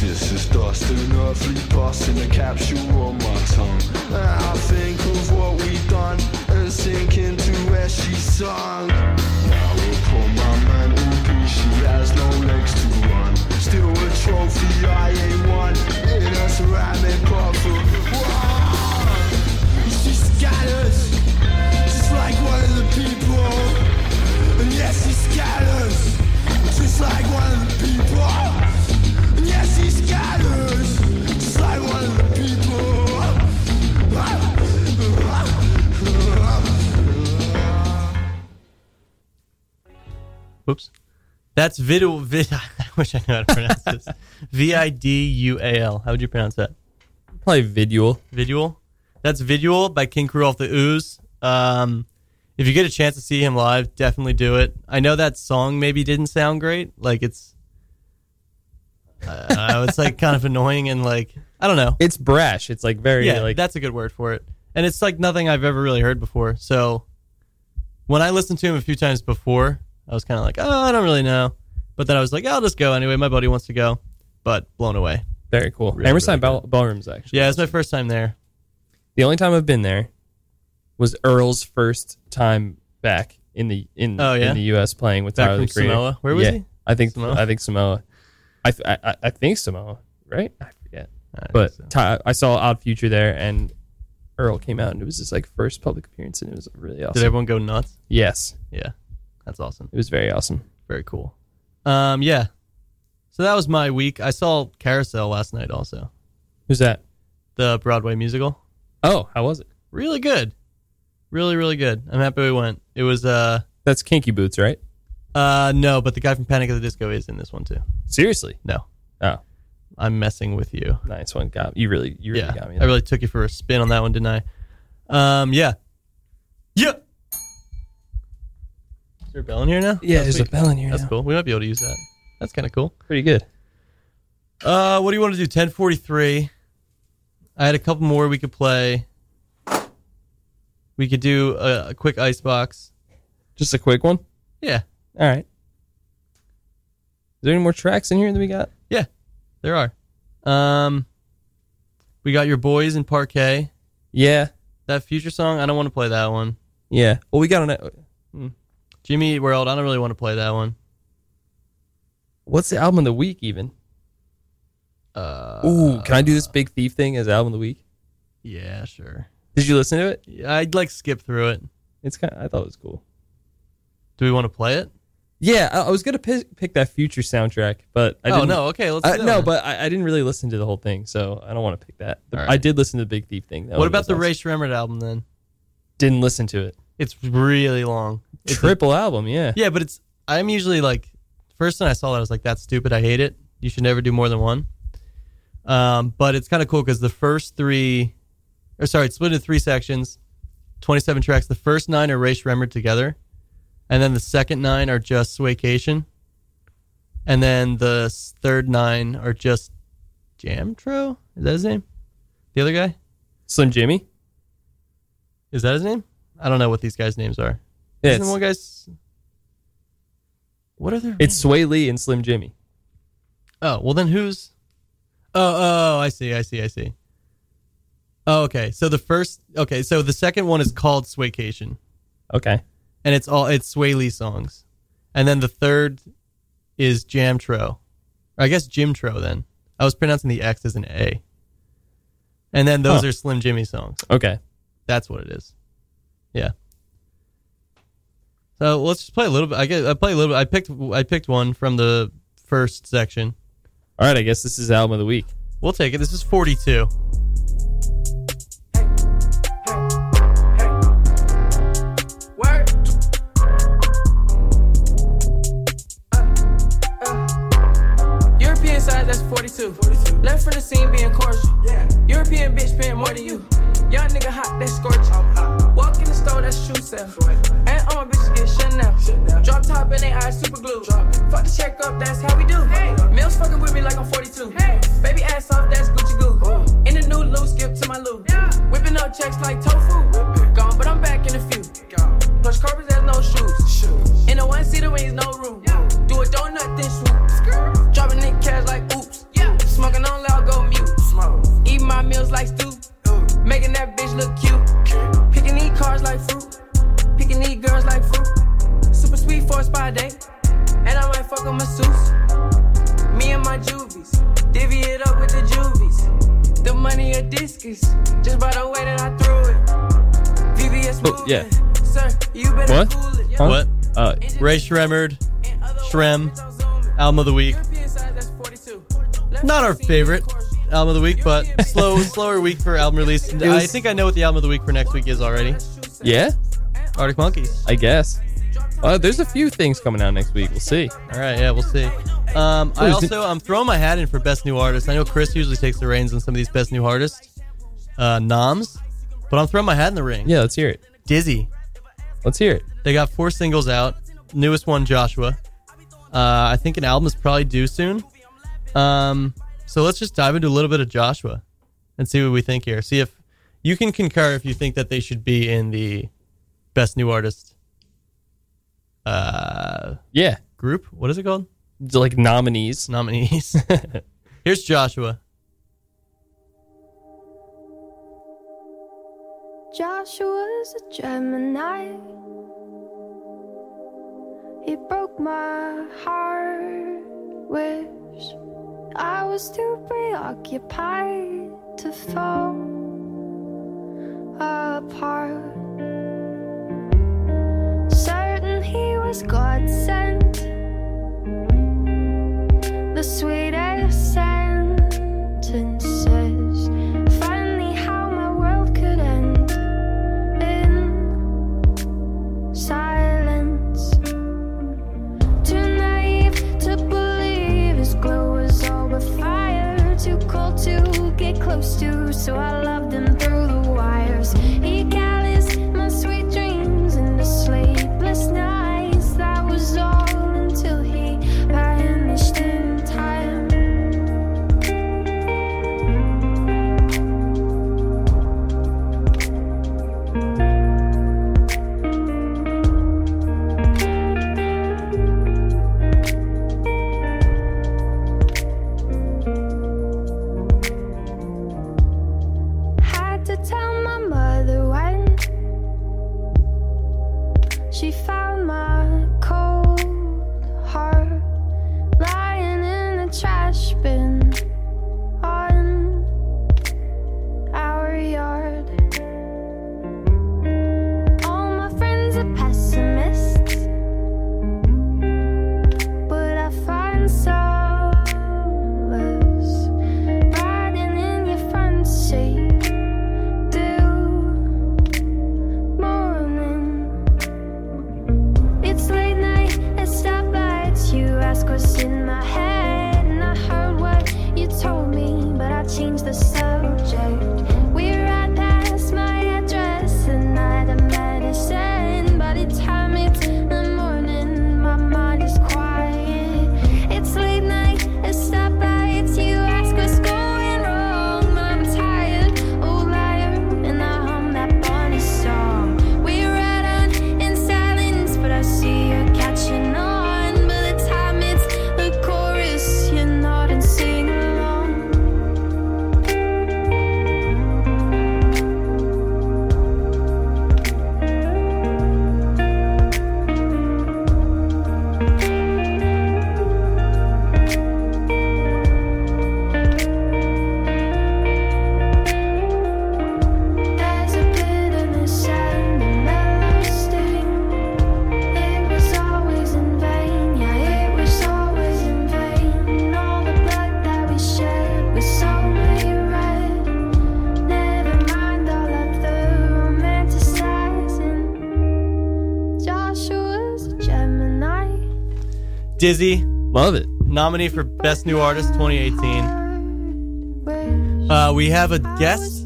Speaker 12: This is dust and earthly dust in a capsule on my tongue.
Speaker 13: And I think of what we've done and sink into where she sung.
Speaker 12: Now upon my mantle piece, she has no legs to run.
Speaker 13: Still a trophy I ain't won in a ceramic pot for one. She scatters just like one of the people, and yes she scatters just like one of the people, and yes she scatters just like one of the people.
Speaker 3: Whoops. That's vidal. Vid, *laughs* I wish I knew how to pronounce this. V i d u a l. How would you pronounce that?
Speaker 4: Probably Vidual.
Speaker 3: Vidual. That's Vidual by King Crew off the Ooze. Um, if you get a chance to see him live, definitely do it. I know that song maybe didn't sound great. Like it's, uh, it's like kind of annoying and like I don't know.
Speaker 4: It's brash. It's like very
Speaker 3: yeah,
Speaker 4: like
Speaker 3: that's a good word for it. And it's like nothing I've ever really heard before. So when I listened to him a few times before, I was kind of like, oh, I don't really know. But then I was like, I'll just go anyway. My buddy wants to go, but blown away.
Speaker 4: very cool.
Speaker 3: Really,
Speaker 4: Hammerstein
Speaker 3: really
Speaker 4: Ball- Ballrooms actually.
Speaker 3: Yeah, it's my first time there.
Speaker 4: The only time I've been there was Earl's first time back in the in,
Speaker 3: Oh, yeah?
Speaker 4: in the U.S. playing with
Speaker 3: Back
Speaker 4: Tyler the
Speaker 3: from
Speaker 4: Creator.
Speaker 3: Samoa? Where was
Speaker 4: Yeah,
Speaker 3: he?
Speaker 4: I think
Speaker 3: Samoa?
Speaker 4: I think Samoa. I th- I, I- I think Samoa, right? I forget. but Ty, I saw Odd Future there, and Earl came out, and it was his like first public appearance, and it was really awesome.
Speaker 3: everyone go nuts?
Speaker 4: Yes.
Speaker 3: Yeah, that's awesome.
Speaker 4: It was very awesome.
Speaker 3: Very cool. Um, yeah. So that was my week. I saw Carousel last night also.
Speaker 4: Who's that?
Speaker 3: The Broadway musical.
Speaker 4: Oh, how was it?
Speaker 3: Really good. Really, really good. I'm happy we went. It was uh
Speaker 4: That's Kinky Boots, right?
Speaker 3: uh no, but the guy from Panic at the Disco is in this one too.
Speaker 4: Seriously?
Speaker 3: No.
Speaker 4: Oh.
Speaker 3: I'm messing with you.
Speaker 4: Nice one. Got you really you really
Speaker 3: yeah,
Speaker 4: got me.
Speaker 3: I really took you for a spin on that one, didn't I? Um yeah. Yeah. Is there a bell in here now?
Speaker 4: Yeah,
Speaker 3: That's
Speaker 4: there's a
Speaker 3: sweet.
Speaker 4: bell in here
Speaker 3: That's
Speaker 4: now.
Speaker 3: cool. We might be able to use that. That's kinda cool.
Speaker 4: Pretty good.
Speaker 3: Uh, what do you want to do? 1043. I had a couple more we could play. We could do a, a quick icebox.
Speaker 4: Just a quick one?
Speaker 3: Yeah.
Speaker 4: All right. Is there any more tracks in here that we got?
Speaker 3: Yeah, there are. Um, we got your boys in Parquet.
Speaker 4: Yeah.
Speaker 3: That future song, I don't want to play that one.
Speaker 4: Yeah. Well, we got an. Hmm.
Speaker 3: Jimmy Eat World, I don't really want to play that one.
Speaker 4: What's the album of the week? Even.
Speaker 3: Uh,
Speaker 4: Ooh, can I do this Big Thief thing as album of the week?
Speaker 3: Yeah, sure.
Speaker 4: Did you listen to it?
Speaker 3: I'd like skip through it.
Speaker 4: It's kind. Of, I thought it was cool.
Speaker 3: Do we want to play it?
Speaker 4: Yeah, I, I was gonna pick, pick that future soundtrack, but I
Speaker 3: Oh,
Speaker 4: didn't,
Speaker 3: no, okay, let's
Speaker 4: I-
Speaker 3: do that
Speaker 4: no,
Speaker 3: one.
Speaker 4: but I, I didn't really listen to the whole thing, so I don't want to pick that. The-
Speaker 3: All right.
Speaker 4: I did listen to the Big Thief thing. That
Speaker 3: what
Speaker 4: one
Speaker 3: about
Speaker 4: was
Speaker 3: the
Speaker 4: awesome.
Speaker 3: Ray Shremmerd album then?
Speaker 4: Didn't listen to it.
Speaker 3: It's really long. It's a-
Speaker 4: Triple album, yeah.
Speaker 3: Yeah, but it's I'm usually like first time I saw that I was like that's stupid. I hate it. You should never do more than one. Um, but it's kind of cool because the first three, or sorry, it's split into three sections, 27 tracks. The first nine are Ray Shremmer together, and then the second nine are just Swaycation, and then the s- third nine are just Jamtro. Is that his name? The other guy?
Speaker 4: Slim Jimmy.
Speaker 3: Is that his name? I don't know what these guys' names are.
Speaker 4: Yeah,
Speaker 3: Isn't
Speaker 4: it's-
Speaker 3: one guy's? What are their?
Speaker 4: It's Sway Lee and Slim Jimmy.
Speaker 3: Oh well, then who's? Oh oh, I see, I see, I see. Oh, okay. So the first, okay, so the second one is called Swaycation,
Speaker 4: Okay.
Speaker 3: and it's all it's Sway Lee songs, and then the third is Jamtro, or I guess Jimtro. Then I was pronouncing the X as an A, and then those
Speaker 4: Huh.
Speaker 3: are Slim Jimmy songs.
Speaker 4: Okay.
Speaker 3: That's what it is. Yeah. So let's just play a little bit. I guess I play a little bit. I picked I picked one from the first section.
Speaker 4: All right, I guess this is album of the week.
Speaker 3: We'll take it. This is 42.
Speaker 14: myself. And all my bitches get shut now. Drop top in they eyes, super glue. Fuck the check up, that's how we do. Hey. Mills fucking with me like I'm 42. Hey. Baby ass off, that's Gucci goo. In the new loop, skip to my loop. Whipping up checks like tofu. Gone, but I'm back in a few. Plush carpets has no shoes. In a one seater when he's no room. Do a donut, then swoop. Dropping in cash like oops. Smoking on loud, go mute. Eat my meals like stew. Making that bitch look cute. Picking these cars like fruit. Picking these girls like fruit. Super sweet for a spa day. And I might fuck a masseuse. Me and my juvies. Divvy it up with the juvies. The money a discus. Just by the way that I threw it. VVS
Speaker 4: Oh, yeah.
Speaker 14: Sir, you better
Speaker 3: What?
Speaker 14: cool it.
Speaker 3: Huh? What? Uh, Ray Shremmerd, Shrem, album of the week. Not our favorite album of the week, but
Speaker 4: *laughs*
Speaker 3: slow, slower week for album release.
Speaker 4: It
Speaker 3: I
Speaker 4: was-
Speaker 3: think I know what the album of the week for next week is already.
Speaker 4: Yeah,
Speaker 3: Arctic Monkeys.
Speaker 4: I guess. Uh, there's a few things coming out next week. We'll see.
Speaker 3: All right, yeah, we'll see. Um, I
Speaker 4: Ooh,
Speaker 3: also
Speaker 4: is it-
Speaker 3: I'm throwing my hat in for best new artist. I know Chris usually takes the reins on some of these best new artists, uh, noms, but I'm throwing my hat in the ring.
Speaker 4: Yeah, let's hear it.
Speaker 3: Dizzy,
Speaker 4: let's hear it.
Speaker 3: They got four singles out. Newest one, Joshua. Uh, I think an album is probably due soon. Um, so let's just dive into a little bit of Joshua and see what we think here. See if you can concur if you think that they should be in the best new artist. Uh,
Speaker 4: yeah,
Speaker 3: group. What is it called?
Speaker 4: like nominees.
Speaker 3: Nominees. *laughs* Here's Joshua.
Speaker 15: Joshua's a Gemini. He broke my heart. Wish I was too preoccupied to fall apart. Certain he was God sent, the sweetest sentences. Funny how my world could end in silence. Too naive to believe his glow was all but fire. Too cold to get close to, so I loved him through the wires. He calloused my sweet dreams into sleepless nights. That was all until he vanished in time. Had to tell my mother when she found my cold heart lying in a trash bin on our yard. All my friends are pessimists, but I find solace riding in your front seat till morning. It's late night at stoplights. You ask what's in my head, and I heard what you told me, but I changed the subject. We ride past my address, and I the medicine. By the time it's the morning, my mind is quiet. It's late night, it's stoplights. You ask what's going wrong. I'm tired, old liar, and I hum that Bonnie song. We ride on in silence, but I see you're catching on. By the time it's the chorus, you're not in sing along. There's a bitterness and a mellow sting. It was always in vain, yeah, it was always in vain. All the blood that we shed was only red. Never mind all of the romanticizing. Joshua's a Gemini.
Speaker 3: Dizzy.
Speaker 4: Love it.
Speaker 3: Nominee for Best New Artist 2018. Uh, we have a guest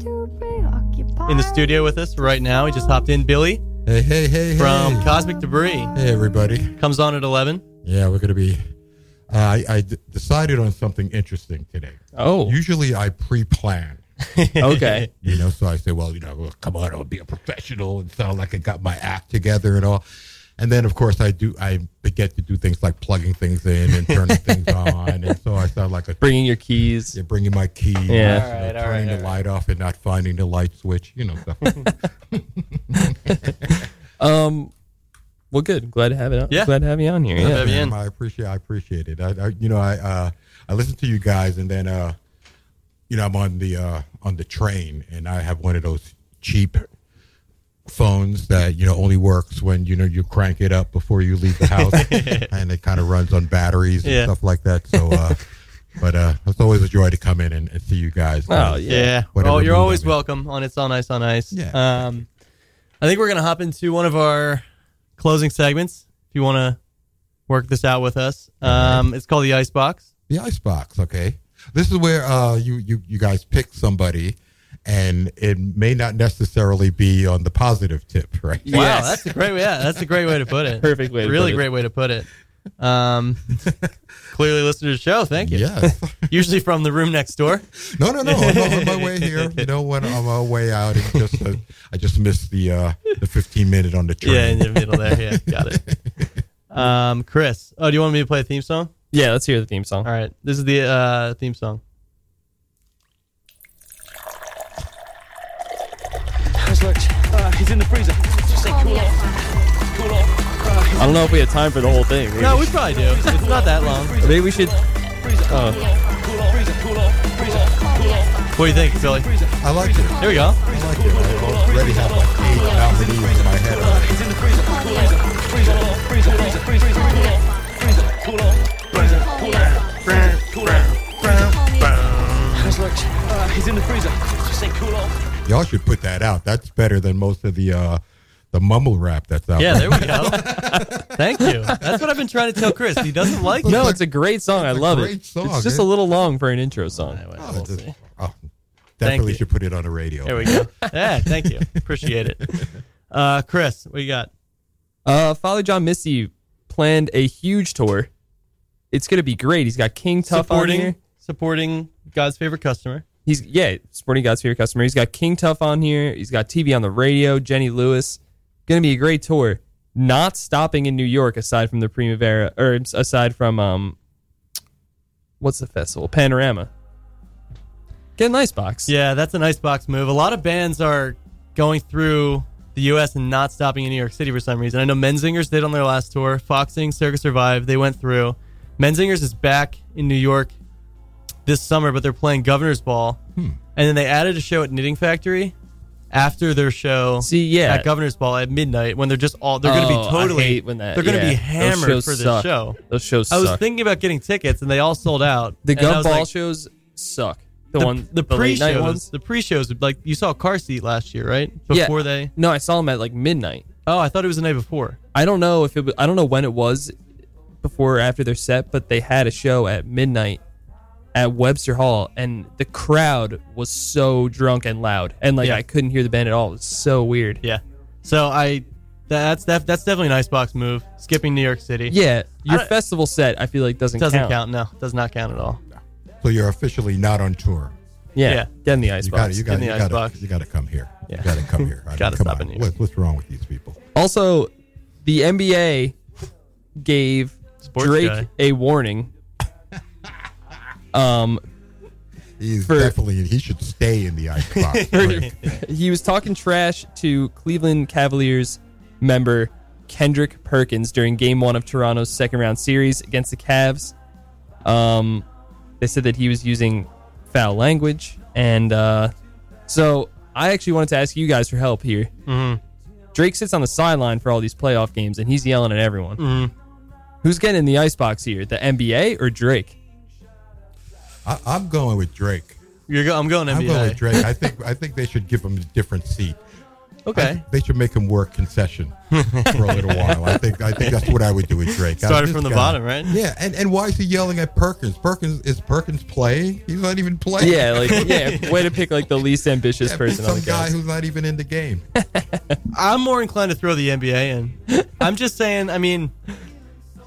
Speaker 3: in the studio with us right now. He just hopped in. Billy.
Speaker 16: Hey, hey, hey,
Speaker 3: From Cosmic Debris.
Speaker 16: Hey, everybody.
Speaker 3: Comes on at 11.
Speaker 16: Yeah, we're going to be. Uh, I, I d- decided on something interesting today.
Speaker 4: Oh.
Speaker 3: *laughs*
Speaker 16: Usually I pre plan.
Speaker 4: Okay.
Speaker 16: You know, so I say, well, you know, well, come on, I'll be a professional and sound like I got my act together and all. And then, of course, I do. I forget to do things like plugging things in and turning
Speaker 4: *laughs*
Speaker 16: things on, and so I sound like a
Speaker 4: bringing your keys.
Speaker 16: Yeah, bringing my keys.
Speaker 4: Yeah.
Speaker 16: you know,
Speaker 4: All right, all
Speaker 16: turning
Speaker 4: right,
Speaker 16: the
Speaker 4: all
Speaker 16: light off and not finding the light switch. You know, stuff.
Speaker 4: *laughs* um, well, good. Glad to have it. On. glad to have you on here.
Speaker 16: Yeah,
Speaker 4: Yeah,
Speaker 16: man, I appreciate. I appreciate it. I, I you know, I uh, I listen to you guys, and then uh, you know, I'm on the uh, on the train, and I have one of those cheap phones that you know only works when you know you crank it up before you leave the
Speaker 3: *laughs*
Speaker 16: house, and it kind of runs on batteries and
Speaker 3: Yeah.
Speaker 16: stuff like that. So. Uh, But uh, it's always a joy to come in and, and see you guys.
Speaker 3: Oh
Speaker 16: Uh,
Speaker 3: yeah.
Speaker 16: whatever
Speaker 3: oh, you're
Speaker 16: mood I'm
Speaker 3: always welcome on It's on Ice on Ice. Yeah. Um, I think we're gonna hop into one of our closing segments. If you want to work this out with us, um, it's called the Ice Box.
Speaker 16: The icebox, okay. This is where uh, you, you you guys pick somebody, and it may not necessarily be on the positive tip, right?
Speaker 3: Wow, that's a great way. Yeah, that's a great way to put it.
Speaker 4: Perfect way to
Speaker 3: Really
Speaker 4: put it.
Speaker 3: great way to put it. Um, clearly, listen to the show. Thank you.
Speaker 16: Yes.
Speaker 3: Usually from the room next door.
Speaker 16: No, no, no. I'm on my way here. You know when I'm on my way out, and just uh, I just missed the uh, the 15 minute on the train.
Speaker 3: Yeah, in the middle there. Yeah, got it. Um, Chris, oh, do you want me to play a theme song?
Speaker 4: Yeah, let's hear the theme song.
Speaker 3: All right, this is the uh, theme song.
Speaker 17: Chris Lurch, uh, he's in the freezer. Just say cool off. Cool off. Uh, he's
Speaker 4: I don't know if we had time for the whole thing.
Speaker 17: No, we
Speaker 3: probably do. It's not that long.
Speaker 4: Maybe we should. Oh,
Speaker 17: cool off. Freezer, cool off. Freezer, cool off.
Speaker 3: What do you think, Billy?
Speaker 16: I like it.
Speaker 3: Here we
Speaker 16: I
Speaker 3: go.
Speaker 16: like it. I already have like eight nominees in my head. already.
Speaker 17: Chris Lurch, uh, he's in the freezer. Just say cool off.
Speaker 16: Y'all should put that out. That's better than most of the uh, the mumble rap that's out.
Speaker 3: Yeah,
Speaker 16: there.
Speaker 3: there we go. *laughs* Thank you. That's what I've been trying to tell Chris. He doesn't like
Speaker 4: no,
Speaker 3: it.
Speaker 4: it's a great song. I
Speaker 3: It's a
Speaker 4: love
Speaker 3: great
Speaker 4: it.
Speaker 3: song,
Speaker 4: it's just
Speaker 3: eh?
Speaker 4: a little long for an intro song.
Speaker 16: Oh, it's just- oh,
Speaker 4: Thank
Speaker 16: definitely
Speaker 4: you.
Speaker 16: should put it on the radio.
Speaker 3: There we go. Yeah, thank you. Appreciate *laughs* it. Uh, Chris, what you got?
Speaker 4: Uh, Father John Missy planned a huge tour. It's gonna be great. He's got King Tough on here.
Speaker 3: supporting supporting God's favorite customer.
Speaker 4: He's yeah, supporting God's favorite customer. He's got King Tough on here. He's got TV on the radio. Jenny Lewis. Gonna be a great tour. Not stopping in New York aside from the Primavera, or aside from um, what's the festival? Panorama. Get an ice box.
Speaker 3: Yeah, that's an icebox move. A lot of bands are going through the U.S. and not stopping in New York City for some reason. I know Menzingers did on their last tour. Foxing, Circus Survive, they went through. Menzingers is back in New York this summer, but they're playing Governor's Ball.
Speaker 4: Hmm.
Speaker 3: And then they added a show at Knitting Factory after their show
Speaker 4: See, yeah.
Speaker 3: at Governor's Ball at midnight when they're just all they're going to
Speaker 4: Oh,
Speaker 3: be
Speaker 4: I
Speaker 3: totally
Speaker 4: hate when that-
Speaker 3: they're going to
Speaker 4: yeah.
Speaker 3: be
Speaker 4: Those
Speaker 3: hammered
Speaker 4: shows
Speaker 3: for this
Speaker 4: suck.
Speaker 3: show.
Speaker 4: Those shows
Speaker 3: I was
Speaker 4: suck.
Speaker 3: thinking about getting tickets and they all sold out.
Speaker 4: The
Speaker 3: And I
Speaker 4: Gov
Speaker 3: was
Speaker 4: Ball
Speaker 3: like,
Speaker 4: shows suck. The, one
Speaker 3: the,
Speaker 4: late night
Speaker 3: pre-shows,
Speaker 4: ones.
Speaker 3: the pre-shows, like you saw Car Seat last year, right?
Speaker 4: Yeah.
Speaker 3: Before they.
Speaker 4: No, I saw them at like midnight.
Speaker 3: Oh, I thought it was the night before.
Speaker 4: I don't know if it. Was, I don't know when it was, before or after their set, but they had a show at midnight at Webster Hall, and the crowd was so drunk and loud, and like
Speaker 3: Yeah.
Speaker 4: I couldn't hear the band at all. It's so weird.
Speaker 3: Yeah. So I, that's def- that's definitely an icebox move. Skipping New York City.
Speaker 4: Yeah,
Speaker 3: I
Speaker 4: your
Speaker 3: don't-
Speaker 4: festival set I feel like doesn't
Speaker 3: doesn't
Speaker 4: count.
Speaker 3: count. No, does not count at all.
Speaker 16: So you're officially not on tour.
Speaker 4: Yeah, get in the ice
Speaker 16: You
Speaker 4: box.
Speaker 16: got you got
Speaker 4: Get in the
Speaker 16: you
Speaker 4: ice
Speaker 16: got you got to come here. You got to come here. I mean,
Speaker 4: Gotta
Speaker 16: come
Speaker 4: stop
Speaker 16: on.
Speaker 4: in New
Speaker 16: What, what's wrong with these people?
Speaker 4: Also, the NBA gave
Speaker 3: Sports
Speaker 4: Drake
Speaker 3: guy.
Speaker 4: a warning. Um,
Speaker 16: He's definitely he should stay in the icebox. Drake.
Speaker 4: *laughs* he was talking trash to Cleveland Cavaliers member Kendrick Perkins during Game One of Toronto's second round series against the Cavs. Um, they said that he was using foul language, and uh, so I actually wanted to ask you guys for help here.
Speaker 3: Mm-hmm.
Speaker 4: Drake sits on the sideline for all these playoff games, and he's yelling at everyone.
Speaker 3: Mhm.
Speaker 4: Who's getting in the icebox here? The NBA or Drake?
Speaker 16: I, I'm going with Drake.
Speaker 3: You're go- I'm going
Speaker 16: I'm
Speaker 3: NBA.
Speaker 16: going with Drake. I think I think they should give him a different seat.
Speaker 3: Okay.
Speaker 16: They should make him work concession for a little while. I think I think that's what I would do with Drake. I-
Speaker 3: Started
Speaker 16: this
Speaker 3: from the bottom, right?
Speaker 16: Yeah, and, and why is he yelling at Perkins? Perkins is Perkins playing? He's not even playing.
Speaker 4: *laughs* Yeah, like yeah, way to pick like the least ambitious
Speaker 16: pick
Speaker 4: person on
Speaker 16: some
Speaker 4: the
Speaker 16: guy
Speaker 4: cast.
Speaker 16: who's not even in the game.
Speaker 3: I'm more inclined to throw the NBA
Speaker 4: *laughs*
Speaker 3: in. I'm just saying. I mean,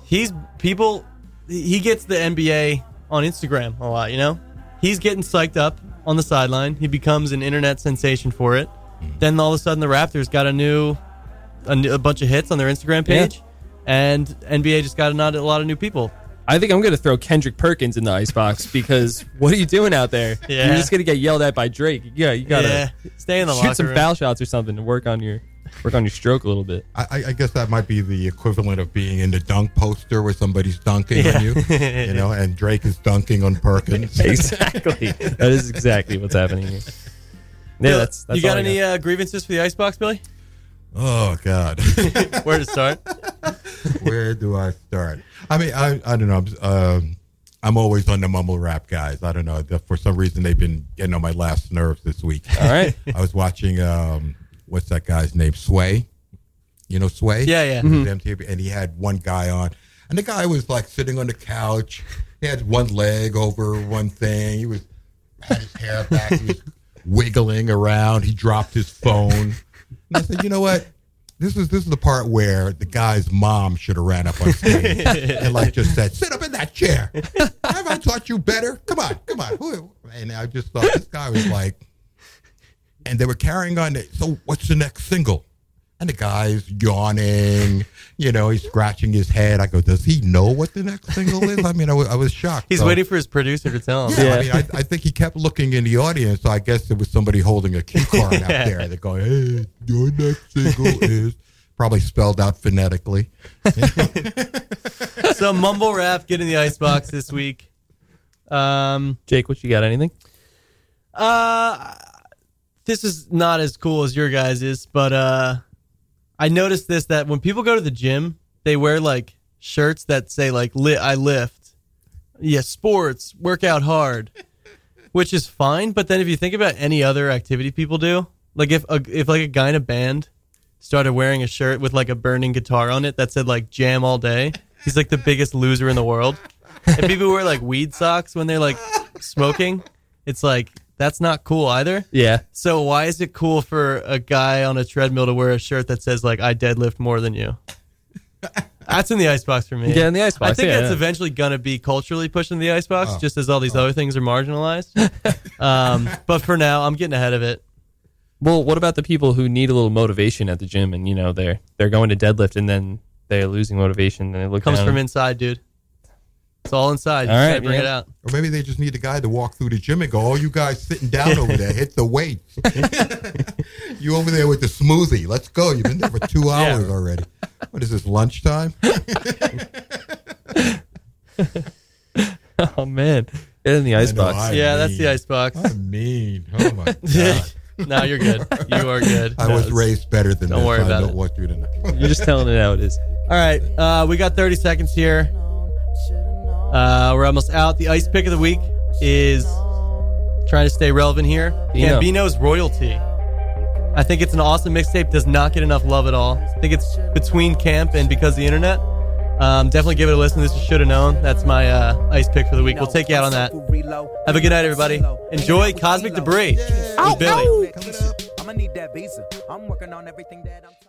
Speaker 3: he's people. He gets the NBA on Instagram a lot. You know, he's getting psyched up on the sideline. He becomes an internet sensation for it. Then all of a sudden, the Raptors got a new, a, new- a bunch of hits on their Instagram
Speaker 4: Yeah.
Speaker 3: page, and NBA just got a not a lot of new people.
Speaker 4: I think I'm gonna throw Kendrick Perkins in the icebox because what are you doing out there?
Speaker 3: Yeah.
Speaker 4: You're just gonna get yelled at by Drake. Yeah, you gotta
Speaker 3: Yeah, stay in the
Speaker 4: shoot
Speaker 3: locker
Speaker 4: some
Speaker 3: room.
Speaker 4: foul shots or something to work on your work on your stroke a
Speaker 16: *laughs*
Speaker 4: little bit.
Speaker 16: I, I- I guess that might be the equivalent of being in the dunk poster where somebody's dunking
Speaker 4: Yeah.
Speaker 16: on you, you know, and Drake is dunking on Perkins.
Speaker 4: exactly. That is exactly what's happening here. Yeah, that's, that's
Speaker 3: you got
Speaker 4: all I
Speaker 3: any uh, grievances for the icebox, Billy?
Speaker 16: Oh
Speaker 4: *laughs*
Speaker 16: God.
Speaker 3: Where to start?
Speaker 16: Where do I start? I mean, I, I don't know. I'm, um I'm always on the mumble rap guys. I don't know. The- For some reason, they've been getting on my last nerves this week.
Speaker 3: uh,
Speaker 4: All right.
Speaker 16: I was watching, um, what's that guy's name? Sway. You know Sway?
Speaker 3: Yeah, yeah.
Speaker 16: He
Speaker 4: Mm-hmm.
Speaker 16: was
Speaker 3: Mhm.
Speaker 16: MTV, and he had one guy on. And the guy was like sitting on the couch. He had one leg over one thing. He was had his hair back. He was wiggling around. He dropped his phone. And I said, you know what? This is this is the part where the guy's mom should have ran up on stage and like just said, "Sit up in that chair." Have I taught you better? Come on, come on. Who- And I just thought this guy was like, and they were carrying on. they- So what's the next single? And the guy's yawning. You know, he's scratching his head. I go, does he know what the next single is? I mean, I wa- I was shocked.
Speaker 3: He's
Speaker 4: Oh.
Speaker 16: So-
Speaker 3: waiting for his producer to tell him.
Speaker 16: yeah, I mean, I, I think he kept looking in the audience. So I guess there was somebody holding a cue card out
Speaker 3: *laughs* Yeah.
Speaker 16: there. They're going, "Hey, your next
Speaker 3: *laughs*
Speaker 16: single is probably spelled out phonetically."
Speaker 3: so mumble rap get in the icebox this week. Um,
Speaker 4: Jake, what you got? Anything?
Speaker 3: Uh, this is not as cool as your guys is, but uh, I noticed this that when people go to the gym, they wear like shirts that say like "lit I lift," yeah, sports, work out hard, which is fine. But then if you think about any other activity people do, like if a, if like a guy in a band started wearing a shirt with like a burning guitar on it that said like "jam all day," he's like the biggest loser in the world. And people wear like weed socks when they're like smoking. It's like that's not cool either.
Speaker 4: Yeah.
Speaker 3: So why is it cool for a guy on a treadmill to wear a shirt that says like I deadlift more than you? That's in the icebox for me.
Speaker 4: Yeah, in the icebox,
Speaker 3: I think
Speaker 4: yeah,
Speaker 3: that's
Speaker 4: yeah.
Speaker 3: eventually gonna be culturally pushed in the icebox,
Speaker 4: Oh.
Speaker 3: just as all these other things are
Speaker 4: *laughs*
Speaker 3: marginalized. um, but for now, I'm getting ahead of it.
Speaker 4: Well, what about the people who need a little motivation at the gym and you know they're they're going to deadlift and then they're losing motivation and they look
Speaker 3: Comes
Speaker 4: down
Speaker 3: from
Speaker 4: and-
Speaker 3: inside, dude. It's all inside. You
Speaker 4: All
Speaker 3: just
Speaker 4: right,
Speaker 3: gotta bring
Speaker 4: yeah.
Speaker 3: it out.
Speaker 16: Or maybe they just need a guy to walk through the gym and go, "Oh, you guys sitting down over there, hit the weights. *laughs* you over there with the smoothie? Let's go. You've been there for two hours already. What is this lunchtime?"
Speaker 3: *laughs*
Speaker 4: *laughs* oh man, in the icebox.
Speaker 16: I
Speaker 3: yeah, that's the
Speaker 16: mean.
Speaker 3: icebox. *laughs*
Speaker 16: I mean, oh my god.
Speaker 3: no, you're good. You are good.
Speaker 16: I
Speaker 3: No,
Speaker 16: was
Speaker 3: it's-
Speaker 16: raised better than
Speaker 3: Don't
Speaker 16: this.
Speaker 3: worry
Speaker 16: I
Speaker 3: about
Speaker 16: don't
Speaker 3: it.
Speaker 16: want you to know. *laughs*
Speaker 4: You're just telling it how it is.
Speaker 3: All right, uh, we got 30 seconds here. Uh, we're almost out. The ice pick of the week is trying to stay relevant here.
Speaker 4: Dino.
Speaker 3: Gambino's royalty. I think it's an awesome mixtape. Does not get enough love at all. I think it's between camp and because the internet. Um, definitely give it a listen. This is should have known. That's my uh, ice pick for the week. We'll take you out on that. Have a good night, everybody. Enjoy cosmic debris. with Billy.
Speaker 18: I'ma need that visa. I'm working on everything that I'm.